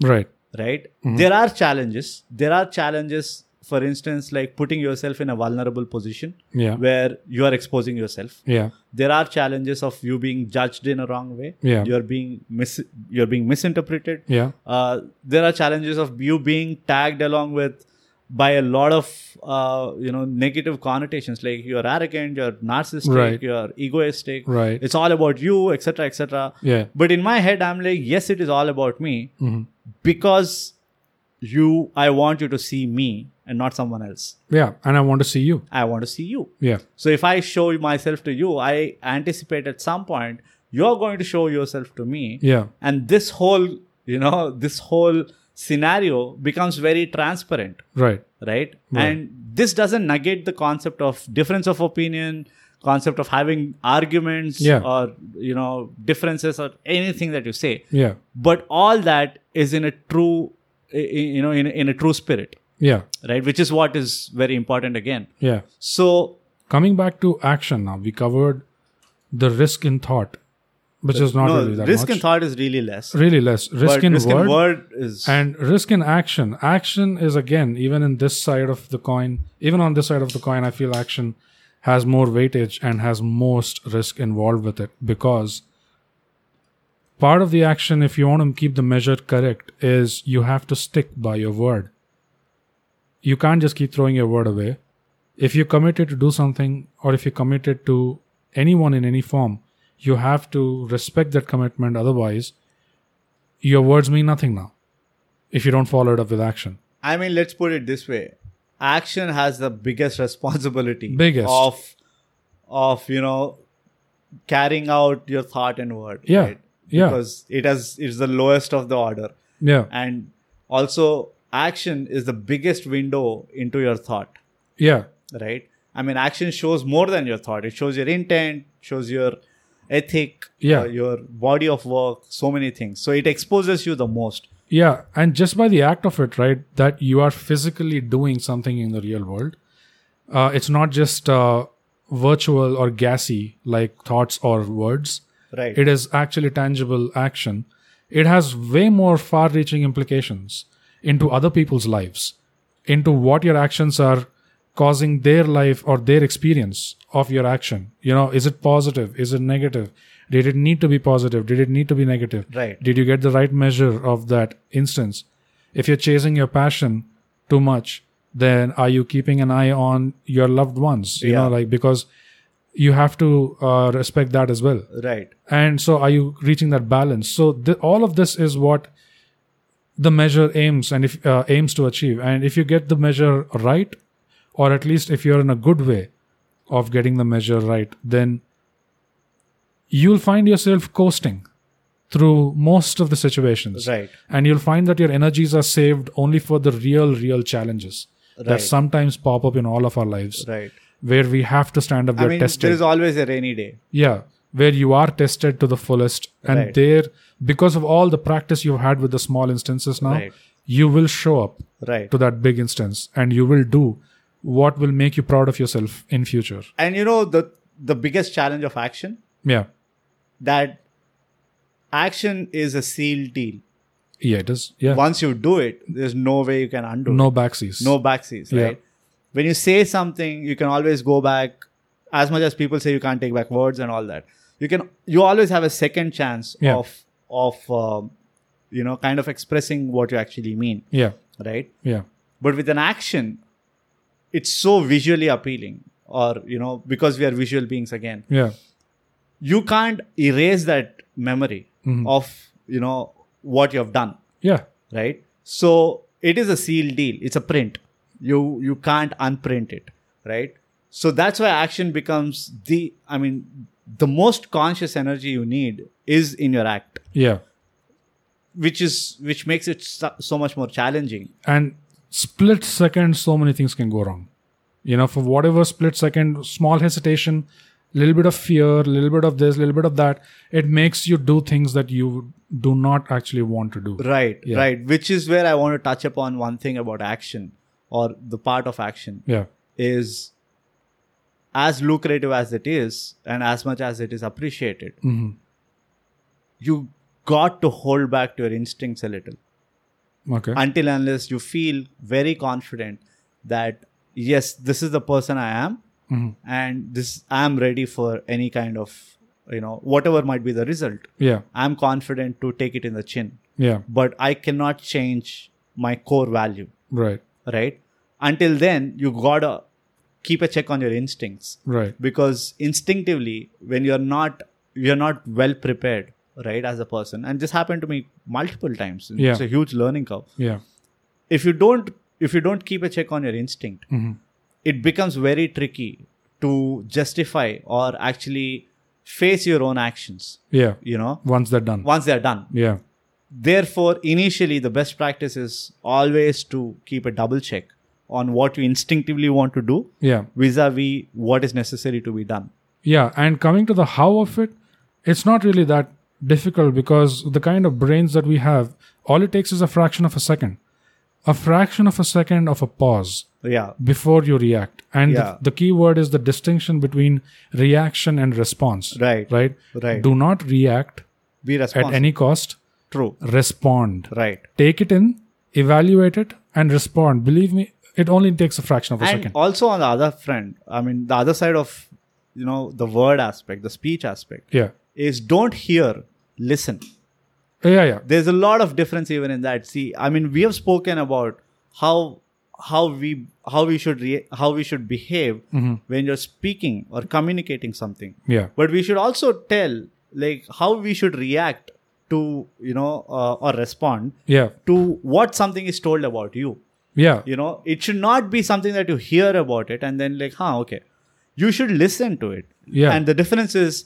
A: Right.
B: right
A: Mm-hmm.
B: there are challenges there are challenges for instance like putting yourself in a vulnerable position
A: Yeah.
B: where you are exposing yourself
A: Yeah.
B: there are challenges of you being judged in a wrong way
A: Yeah.
B: you're being mis- you're being misinterpreted
A: Yeah.
B: uh, there are challenges of you being tagged along with by a lot of uh, you know negative connotations like you're arrogant you're narcissistic
A: Right.
B: you're egoistic
A: Right.
B: it's all about you etc etc
A: Yeah. Mm-hmm.
B: but in my head i'm like yes it is all about me because you i want you to see me and not someone else
A: Yeah. And I want to see you.
B: i want to see you
A: Yeah.
B: so if i show myself to you i anticipate at some point you're going to show yourself to me
A: Yeah.
B: and this whole you know this whole scenario becomes very transparent
A: Right.
B: right and this doesn't negate the concept of difference of opinion concept of having arguments
A: Yeah.
B: or you know differences or anything that you say
A: Yeah.
B: but all that is in a true i- i- you know in, a- in a true spirit
A: Yeah.
B: right which is what is very important again
A: Yeah.
B: so
A: Coming back to action now, we covered the risk in thought, which is not
B: no,
A: really that
B: risk
A: much.
B: and thought is really less
A: really less. Risk,
B: but
A: in,
B: risk
A: word,
B: and word is
A: and risk in action. Action is again, even in this side of the coin, even on this side of the coin, I feel action has more weightage and has most risk involved with it because part of the action, if you want to keep the measure correct, is you have to stick by your word. You can't just keep throwing your word away. If you committed to do something or if you committed to anyone in any form, you have to respect that commitment. Otherwise, your words mean nothing now if you don't follow it up with action.
B: I mean, let's put it this way: action has the biggest responsibility,
A: Biggest.
B: of of you know carrying out your thought and word.
A: Yeah.
B: right?
A: Yeah.
B: because it has it's the lowest of the order,
A: Yeah.
B: and also action is the biggest window into your thought.
A: Yeah.
B: Right? I mean, action shows more than your thought. It shows your intent, shows your ethic,
A: Yeah.
B: uh, your body of work, so many things. So it exposes you the most.
A: Yeah. And just by the act of it, right, that you are physically doing something in the real world, uh, it's not just uh, virtual or gassy like thoughts or words.
B: Right.
A: It is actually tangible action. It has way more far reaching implications into other people's lives, into what your actions are causing their life or their experience of your action. You know, is it positive? Is it negative? Did it need to be positive? Did it need to be negative?
B: Right.
A: Did you get the right measure of that instance? If you're chasing your passion too much, then are you keeping an eye on your loved ones? You know,
B: Yeah.
A: like because you have to uh, respect that as well
B: right.
A: and so are you reaching that balance so th- all of this is what the measure aims and if uh, aims to achieve and if you get the measure right or at least if you're in a good way of getting the measure right then you'll find yourself coasting through most of the situations
B: Right.
A: and you'll find that your energies are saved only for the real real challenges that
B: Right.
A: sometimes pop up in all of our lives
B: Right.
A: where we have to stand up
B: I
A: we're
B: mean,
A: tested
B: there is always a rainy day.
A: yeah where you are tested to the fullest and
B: Right.
A: there because of all the practice you've had with the small instances now
B: Right.
A: you will show up
B: right
A: to that big instance and you will do what will make you proud of yourself in future
B: and you know the the biggest challenge of action
A: yeah
B: that action is a sealed deal
A: yeah it is yeah
B: once you do it there's no way you can undo
A: no backseas
B: it. no backseas
A: Yeah.
B: right when you say something you can always go back as much as people say you can't take back words and all that you can you always have a second chance
A: Yeah.
B: of of um, you know kind of expressing what you actually mean
A: yeah
B: right
A: yeah
B: but with an action it's so visually appealing or you know because we are visual beings again
A: yeah
B: you can't erase that memory
A: Mm-hmm.
B: of you know what you have done
A: yeah
B: right so it is a sealed deal it's a print you you can't unprint it right so that's why action becomes the i mean the most conscious energy you need is in your act
A: yeah
B: which is which makes it so, so much more challenging
A: and split second so many things can go wrong you know for whatever split second small hesitation little bit of fear little bit of this little bit of that it makes you do things that you do not actually want to do
B: right
A: Yeah.
B: right which is where i want to touch upon one thing about action or the part of action
A: yeah
B: is as lucrative as it is and as much as it is appreciated
A: hmm
B: you got to hold back to your instincts a little
A: okay
B: until unless you feel very confident that yes this is the person i am
A: Mhm.
B: and this i am ready for any kind of you know whatever might be the result
A: yeah
B: i'm confident to take it in the chin
A: yeah
B: but i cannot change my core value
A: right
B: right until then you gotta keep a check on your instincts
A: right
B: because instinctively when you're not you're not well prepared right as a person and this happened to me multiple times it's
A: Yeah.
B: a huge learning curve
A: yeah
B: if you don't if you don't keep a check on your instinct
A: hmm
B: it becomes very tricky to justify or actually face your own actions
A: yeah
B: you know
A: once they're done
B: once they're done
A: yeah
B: therefore initially the best practice is always to keep a double check on what you instinctively want to do
A: yeah
B: vis-a-vis what is necessary to be done
A: Yeah, and coming to the how of it, it's not really that difficult because the kind of brains that we have, all it takes is a fraction of a second. A fraction of a second of a pause
B: yeah
A: before you react. And
B: Yeah.
A: the, the key word is the distinction between reaction and response.
B: Right.
A: Right?
B: Right.
A: Do not react
B: be
A: at
B: responsible
A: any cost.
B: True.
A: Respond.
B: Right.
A: Take it in, evaluate it, and respond. Believe me, it only takes a fraction of a
B: and
A: second.
B: also on the other front, I mean, the other side of, you know, the word aspect, the speech aspect
A: Yeah.
B: is don't hear, listen.
A: Yeah, yeah.
B: There's a lot of difference even in that. See, I mean, we have spoken about how how we how we should re- how we should behave when you're speaking or communicating something.
A: Yeah.
B: But we should also tell like how we should react to you know uh, or respond
A: Yeah.
B: to what something is told about you.
A: Yeah.
B: you know it should not be something that you hear about it and then like huh okay you should listen to it
A: Yeah.
B: and the difference is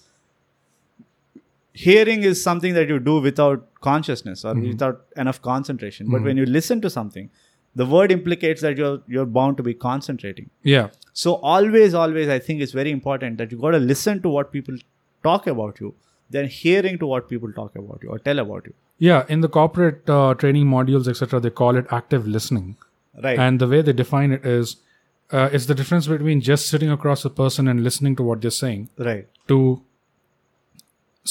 B: hearing is something that you do without consciousness or
A: Mm-hmm.
B: without enough concentration but when you listen to something the word implicates that you're you're bound to be concentrating
A: Yeah.
B: so always always i think it's very important that you got to listen to what people talk about you then hearing to what people talk about you or tell about you
A: Yeah, in the corporate uh, training modules, etc., they call it active listening.
B: right
A: And the way they define it is uh, it's the difference between just sitting across a person and listening to what they're saying
B: right
A: to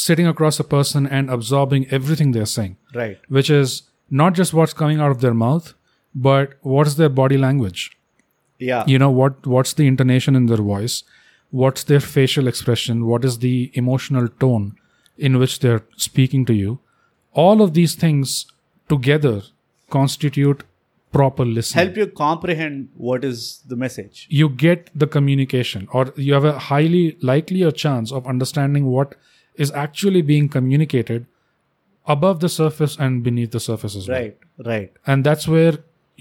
A: sitting across a person and absorbing everything they're saying,
B: right
A: which is not just what's coming out of their mouth, but what's their body language.
B: yeah
A: You know, what what's the intonation in their voice? What's their facial expression? What is the emotional tone in which they're speaking to you? All of these things together constitute proper listening.
B: help you comprehend what is the message
A: You get the communication, or you have a highly likelier chance of understanding what is actually being communicated above the surface and beneath the surface as well.
B: Right, right,
A: And that's where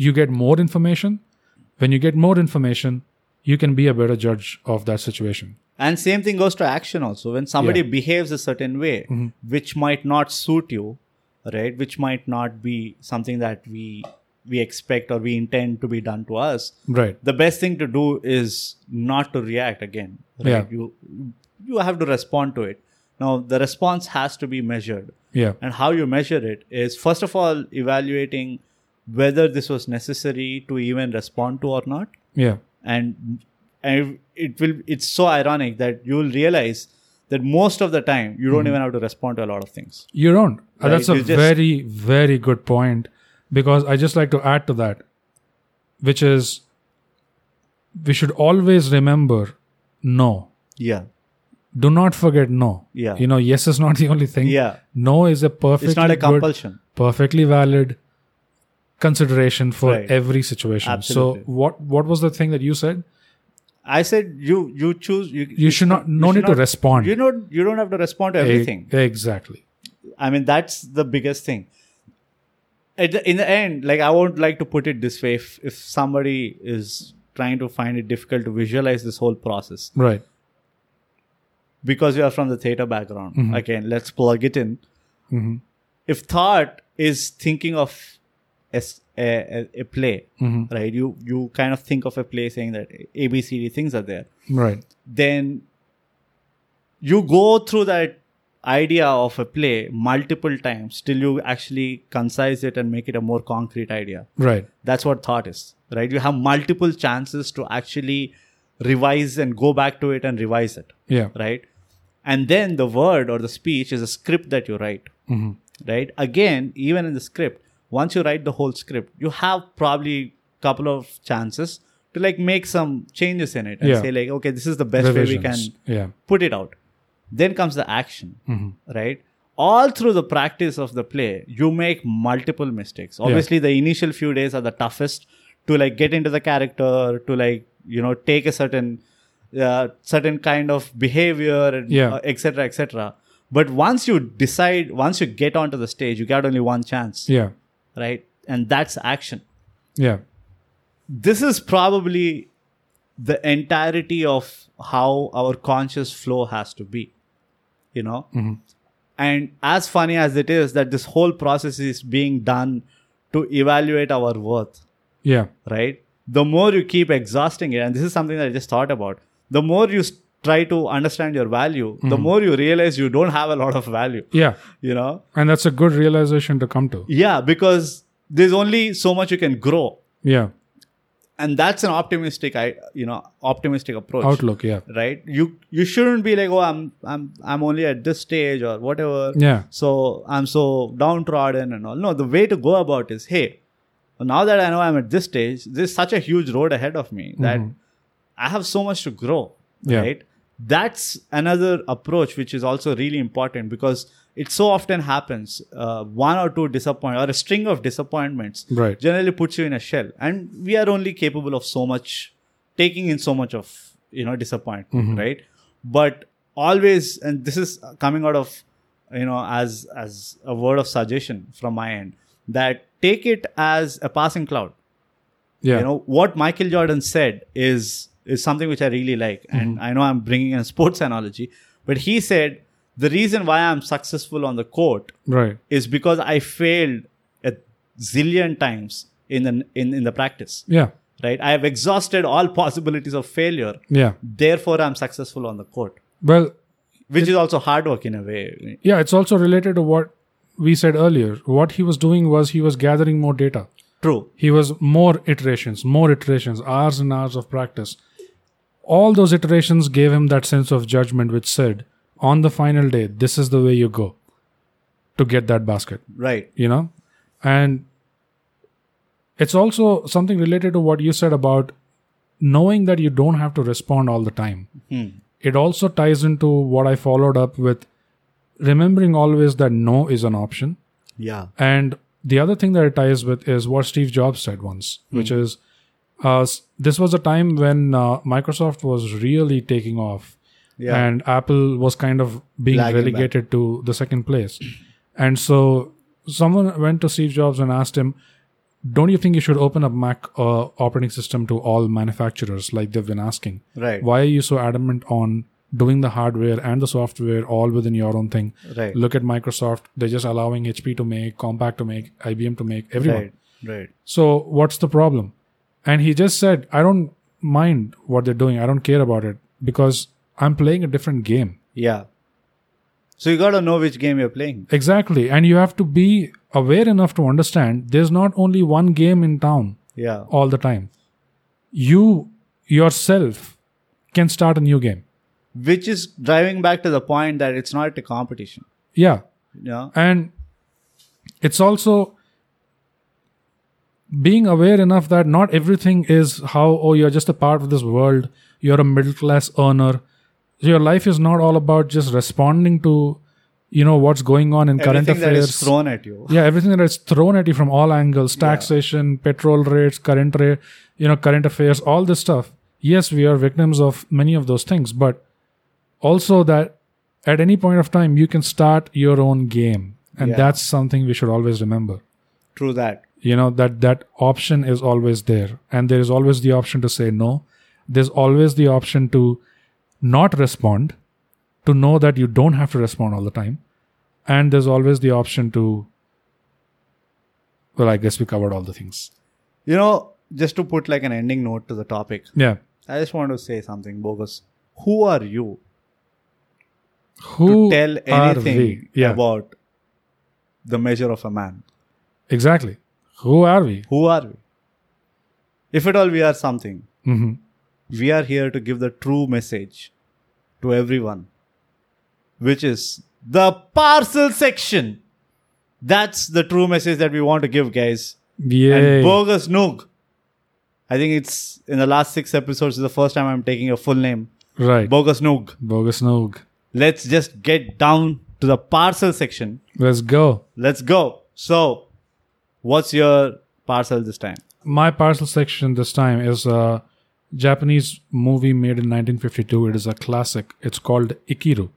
A: you get more information. When you get more information, you can be a better judge of that situation.
B: And same thing goes to action also. When somebody behaves a certain way, which might not suit you, right? Which might not be something that we we expect or we intend to be done to us.
A: Right.
B: The best thing to do is not to react again. Right?
A: Yeah.
B: You you have to respond to it Now, the response has to be measured.
A: Yeah.
B: And how you measure it is, first of all, evaluating whether this was necessary to even respond to or not.
A: Yeah.
B: And, and it will it's so ironic that you'll realize that most of the time you don't
A: Mm-hmm.
B: even have to respond to a lot of things.
A: You don't. Uh,
B: Right,
A: That's a
B: you just-
A: very, very good point because I just like to add to that, which is we should always remember no.
B: Yeah.
A: Do not forget no.
B: Yeah.
A: You know, yes is not the only thing.
B: Yeah.
A: No is a perfectly
B: It's not a
A: good-
B: compulsion.
A: perfectly valid consideration for
B: Right.
A: every situation.
B: Absolutely.
A: So what what was the thing that you said?
B: I said you you choose you
A: You should not no
B: you should
A: need
B: not-
A: to respond.
B: you don't you don't have to respond to
A: E-
B: everything.
A: Exactly.
B: I mean, that's the biggest thing. At the, in the end, like I won't like to put it this way. If, if somebody is trying to find it difficult to visualize this whole process
A: Right.
B: because you are from the theater background, again, let's plug it in.
A: Mhm.
B: If thought is thinking of as a, a, a play,
A: Mhm.
B: right? You you kind of think of a play saying that A B C D things are there.
A: Right.
B: Then you go through that idea of a play multiple times till you actually concise it and make it a more concrete idea
A: Right.
B: that's what thought is right you have multiple chances to actually revise and go back to it and revise it
A: Yeah.
B: right and then the word or the speech is a script that you write
A: Mm-hmm.
B: right again even in the script once you write the whole script you have probably couple of chances to like make some changes in it and
A: Yeah.
B: say like okay this is the best way we
A: Revisions.
B: can
A: Yeah. Mm-hmm.
B: put it out. Then comes the action, right? All through the practice of the play, you make multiple mistakes. Obviously, the initial few days are the toughest to like get into the character, to like you know take a certain uh, certain kind of behavior, and
A: Yeah.
B: uh, et cetera, et cetera. But once you decide, once you get onto the stage, you got only one chance,
A: Yeah.
B: right? And that's action
A: Yeah.
B: this is probably the entirety of how our conscious flow has to be you know and as funny as it is that this whole process is being done to evaluate our worth
A: Yeah.
B: right the more you keep exhausting it and this is something that i just thought about the more you s- try to understand your value the more you realize you don't have a lot of value
A: Yeah.
B: you know
A: And that's a good realization to come to.
B: yeah because there's only so much you can grow
A: Yeah.
B: and that's an optimistic i you know optimistic approach
A: Outlook. Yeah.
B: right you you shouldn't be like oh i'm i'm i'm only at this stage or whatever
A: Yeah.
B: so i'm so downtrodden and all no the way to go about is hey now that i know i'm at this stage there's such a huge road ahead of me that i have so much to grow
A: Mm-hmm. Yeah.
B: right that's another approach which is also really important because it so often happens uh, one or two disappoint or a string of disappointments
A: Right.
B: generally puts you in a shell and we are only capable of so much taking in so much of you know disappointment
A: Mm-hmm.
B: right but always and this is coming out of you know as as a word of suggestion from my end that take it as a passing cloud
A: Yeah.
B: you know what michael jordan said is is something which i really like
A: Mm-hmm.
B: and i know i'm bringing in a sports analogy but he said the reason why i'm successful on the court
A: right.
B: is because I failed a zillion times in the, in, in the practice,
A: Yeah.
B: right? I have exhausted all possibilities of failure.
A: Yeah.
B: Therefore, I'm successful on the court,
A: Well,
B: which is also hard work in a way.
A: yeah, it's also related to what we said earlier. What he was doing was he was gathering more data.
B: True.
A: He was more iterations, more iterations, hours and hours of practice. All those iterations gave him that sense of judgment, which said, on the final day, this is the way you go to get that basket.
B: Right.
A: you know and it's also something related to what you said about knowing that you don't have to respond all the time it also ties into what i followed up with remembering always that no is an option
B: Yeah.
A: and the other thing that it ties with is what Steve Jobs said once,
B: Hmm.
A: which is uh, s- this was a time when uh, Microsoft was really taking off
B: Yeah.
A: and Apple was kind of being
B: Lagging
A: relegated to the second place. and so someone went to Steve Jobs and asked him, Don't you think you should open up Mac uh, operating system to all manufacturers like they've been asking?
B: Right.
A: Why are you so adamant on doing the hardware and the software all within your own thing?
B: Right.
A: look at Microsoft. They're just allowing HP to make, Compaq to make, IBM to make, everyone.
B: Right. Right.
A: So what's the problem? And he just said, I don't mind what they're doing. I don't care about it because I'm playing a different game.
B: Yeah. So you got to know which game you're playing.
A: Exactly. And you have to be aware enough to understand there's not only one game in town
B: Yeah.
A: all the time. You yourself can start a new game.
B: Which is driving back to the point that it's not a competition.
A: Yeah.
B: You know?
A: And it's also being aware enough that not everything is how, oh, you're just a part of this world, you're a middle class earner. Your life is not all about just responding to, you know, what's going on in current
B: Everything that is
A: affairs.
B: thrown at you.
A: yeah everything that is thrown at you from all angles taxation petrol rates current rate you know current affairs all this stuff yes we are victims of many of those things but also that at any point of time you can start your own game and
B: Yeah.
A: that's something we should always remember
B: True that.
A: you know that that option is always there and there is always the option to say no there's always the option to not respond to know that you don't have to respond all the time and there's always the option to well i guess we covered all the things
B: You know, just to put like an ending note to the topic,
A: yeah
B: I just want to say something bogus. Who are you
A: who
B: to tell
A: are
B: anything
A: we? yeah
B: about the measure of a man?
A: exactly who are we
B: Who are we? If at all we are something,
A: hmm
B: we are here to give the true message to everyone, which is the parcel section. That's the true message that we want to give, guys.
A: yeah
B: And bogus nook. I think it's in the last six episodes is the first time I'm taking your full name.
A: right
B: Bogus nook.
A: bogus noog
B: Let's just get down to the parcel section.
A: let's go
B: Let's go. So, what's your parcel this time?
A: my parcel section this time is a Japanese movie made in 1952. It is a classic. It's called Ikiru,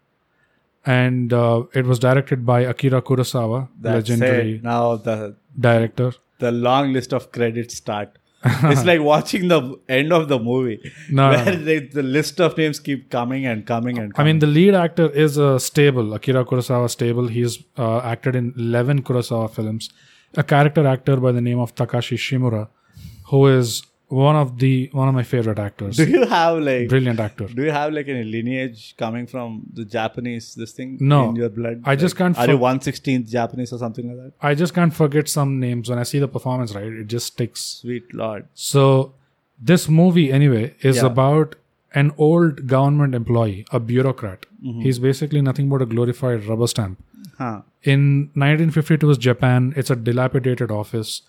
A: and uh, it was directed by Akira Kurosawa,
B: That's
A: legendary
B: it. Now the
A: director.
B: the long list of credits start. it's like watching the end of the movie
A: No, no,
B: where
A: no.
B: they, the list of names keep coming and coming and
A: I
B: coming.
A: mean, the lead actor is a stable Akira Kurosawa stable. He's uh, acted in 11 Kurosawa films. A character actor by the name of Takashi Shimura, who is one of the one of my favorite actors.
B: do you have like
A: Brilliant actor.
B: do you have like any lineage coming from the Japanese this thing
A: No.
B: in your blood?
A: I just
B: Like,
A: can't
B: Are
A: for-
B: you one sixteenth Japanese or something like that?
A: I just can't forget some names when I see the performance, right? It just sticks.
B: Sweet lord.
A: So, this movie, anyway, is
B: Yeah.
A: about an old government employee, a bureaucrat. He's basically nothing but a glorified rubber stamp.
B: Huh.
A: In 1952's Japan, it's a dilapidated office.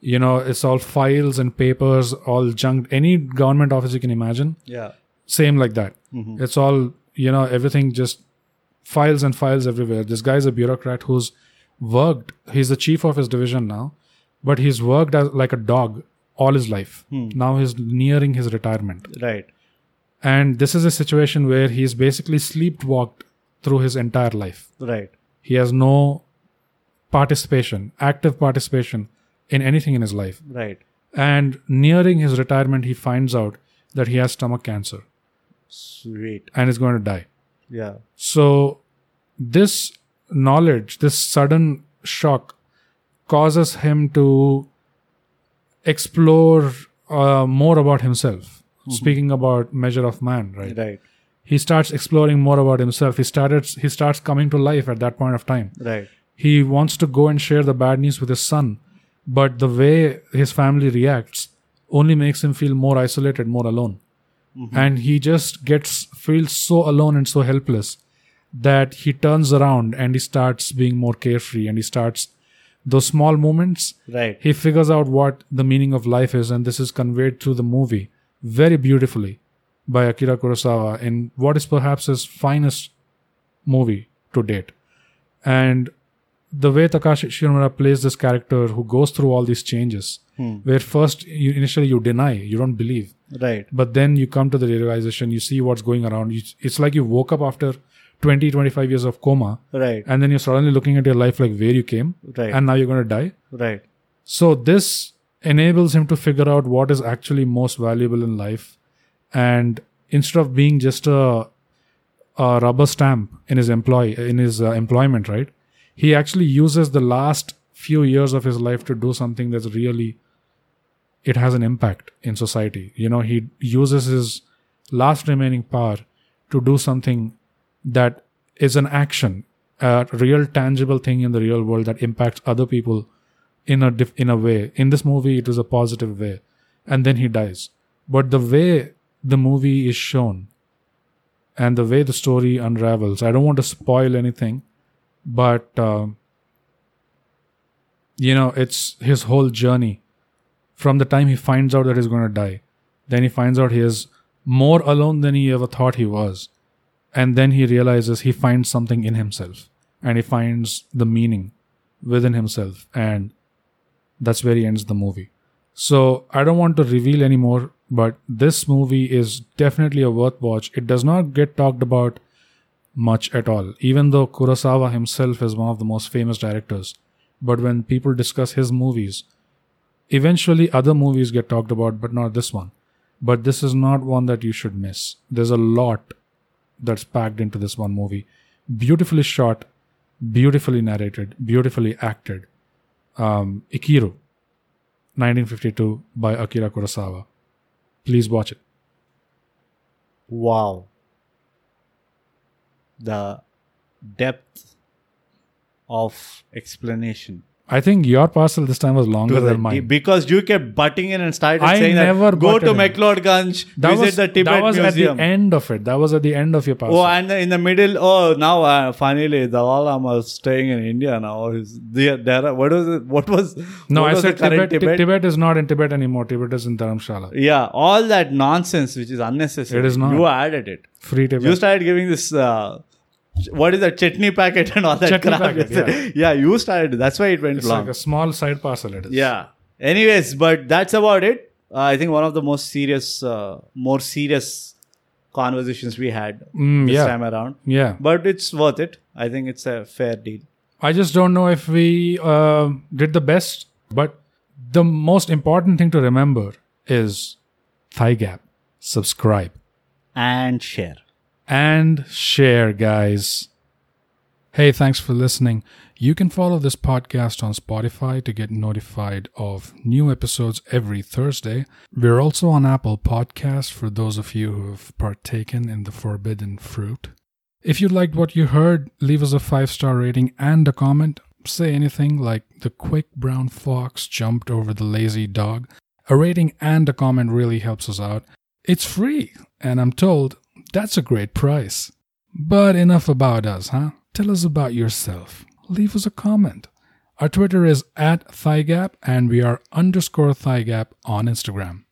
A: You know, it's all files and papers, all junked. Any government office you can imagine,
B: Yeah.
A: same like that. It's all, you know, everything just files and files everywhere. This guy's a bureaucrat who's worked, he's the chief of his division now, but he's worked as like a dog all his life. Now he's nearing his retirement.
B: Right.
A: And this is a situation where he's basically sleepwalked through his entire life.
B: Right.
A: He has no participation, active participation in anything in his life.
B: Right.
A: And nearing his retirement, he finds out that he has stomach cancer
B: Sweet.
A: and is going to die.
B: Yeah.
A: So, this knowledge, this sudden shock, causes him to explore uh, more about himself. Speaking about measure of man, right?
B: Right.
A: He starts exploring more about himself. He started. He starts coming to life at that point of time.
B: Right.
A: He wants to go and share the bad news with his son, but the way his family reacts only makes him feel more isolated, more alone. And he just gets feels so alone and so helpless that he turns around and he starts being more carefree and he starts those small moments.
B: Right.
A: He figures out what the meaning of life is, and this is conveyed through the movie very beautifully by Akira Kurosawa in what is perhaps his finest movie to date. And the way Takashi Shimura plays this character who goes through all these changes, where first you initially you deny, you don't believe,
B: Right.
A: but then you come to the realization, you see what's going around. You, it's like you woke up after 20, 25 years of coma,
B: Right.
A: and then you're suddenly looking at your life like where you came,
B: Right.
A: and now you're going to die.
B: Right.
A: So this enables him to figure out what is actually most valuable in life, and instead of being just a, a rubber stamp in his employ in his uh, employment, right? He actually uses the last few years of his life to do something that's really it has an impact in society. You know, he uses his last remaining power to do something that is an action a real tangible thing in the real world that impacts other people in a diff- in a way. In this movie, it was a positive way, and then he dies. But the way the movie is shown, and the way the story unravels, I don't want to spoil anything, but um, you know, it's his whole journey from the time he finds out that he's going to die. Then he finds out he is more alone than he ever thought he was. And then he realizes he finds something in himself and he finds the meaning within himself. And that's where he ends the movie. So I don't want to reveal anymore, but this movie is definitely a worth watch. It does not get talked about much at all, even though Kurosawa himself is one of the most famous directors. But when people discuss his movies, eventually other movies get talked about, but not this one. But this is not one that you should miss. There's a lot that's packed into this one movie. Beautifully shot, beautifully narrated, beautifully acted. Um, Ikiru, 1952 by Akira Kurosawa. Please watch it.
B: Wow. The depth of explanation.
A: I think your parcel this time was longer than mine.
B: Because you kept butting in and started
A: I
B: saying
A: never
B: that go to
A: butted in.
B: McLeodganj, visit
A: That was,
B: the Tibet
A: that was at
B: Museum.
A: the end of it. That was at the end of your parcel.
B: Oh, and in the middle, oh, now uh, finally, the all I'm uh, staying in India now. Is there, there are, what was it? What was?
A: no,
B: what
A: I
B: was the
A: said
B: current
A: Tibet, Tibet. Tibet is not in Tibet anymore. Tibet is in Dharamshala.
B: Yeah, all that nonsense which is unnecessary.
A: It is not.
B: You added it.
A: Free Tibet.
B: You started giving this. Uh, ch- what is that chutney packet and all that
A: Chutney
B: crap?
A: packet, yeah.
B: yeah, you started. That's why it went
A: It's
B: long.
A: like a small side parcel. It is.
B: yeah. Anyways, but that's about it. Uh, I think one of the most serious, uh, more serious conversations we had
A: Mm,
B: this
A: yeah.
B: time around.
A: Yeah.
B: But it's worth it. I think it's a fair deal.
A: I just don't know if we uh, did the best, but the most important thing to remember is thigh gap. Subscribe
B: and share.
A: and share, guys. Hey, thanks for listening. You can follow this podcast on Spotify to get notified of new episodes every Thursday. We're also on Apple Podcasts for those of you who have partaken in the forbidden fruit. If you liked what you heard, leave us a five star rating and a comment. Say anything like the quick brown fox jumped over the lazy dog. A rating and a comment really helps us out. It's free, and I'm told that's a great price. But enough about us, huh? Tell us about yourself. Leave us a comment. Our Twitter is at thighgap, and we are underscore thighgap on Instagram.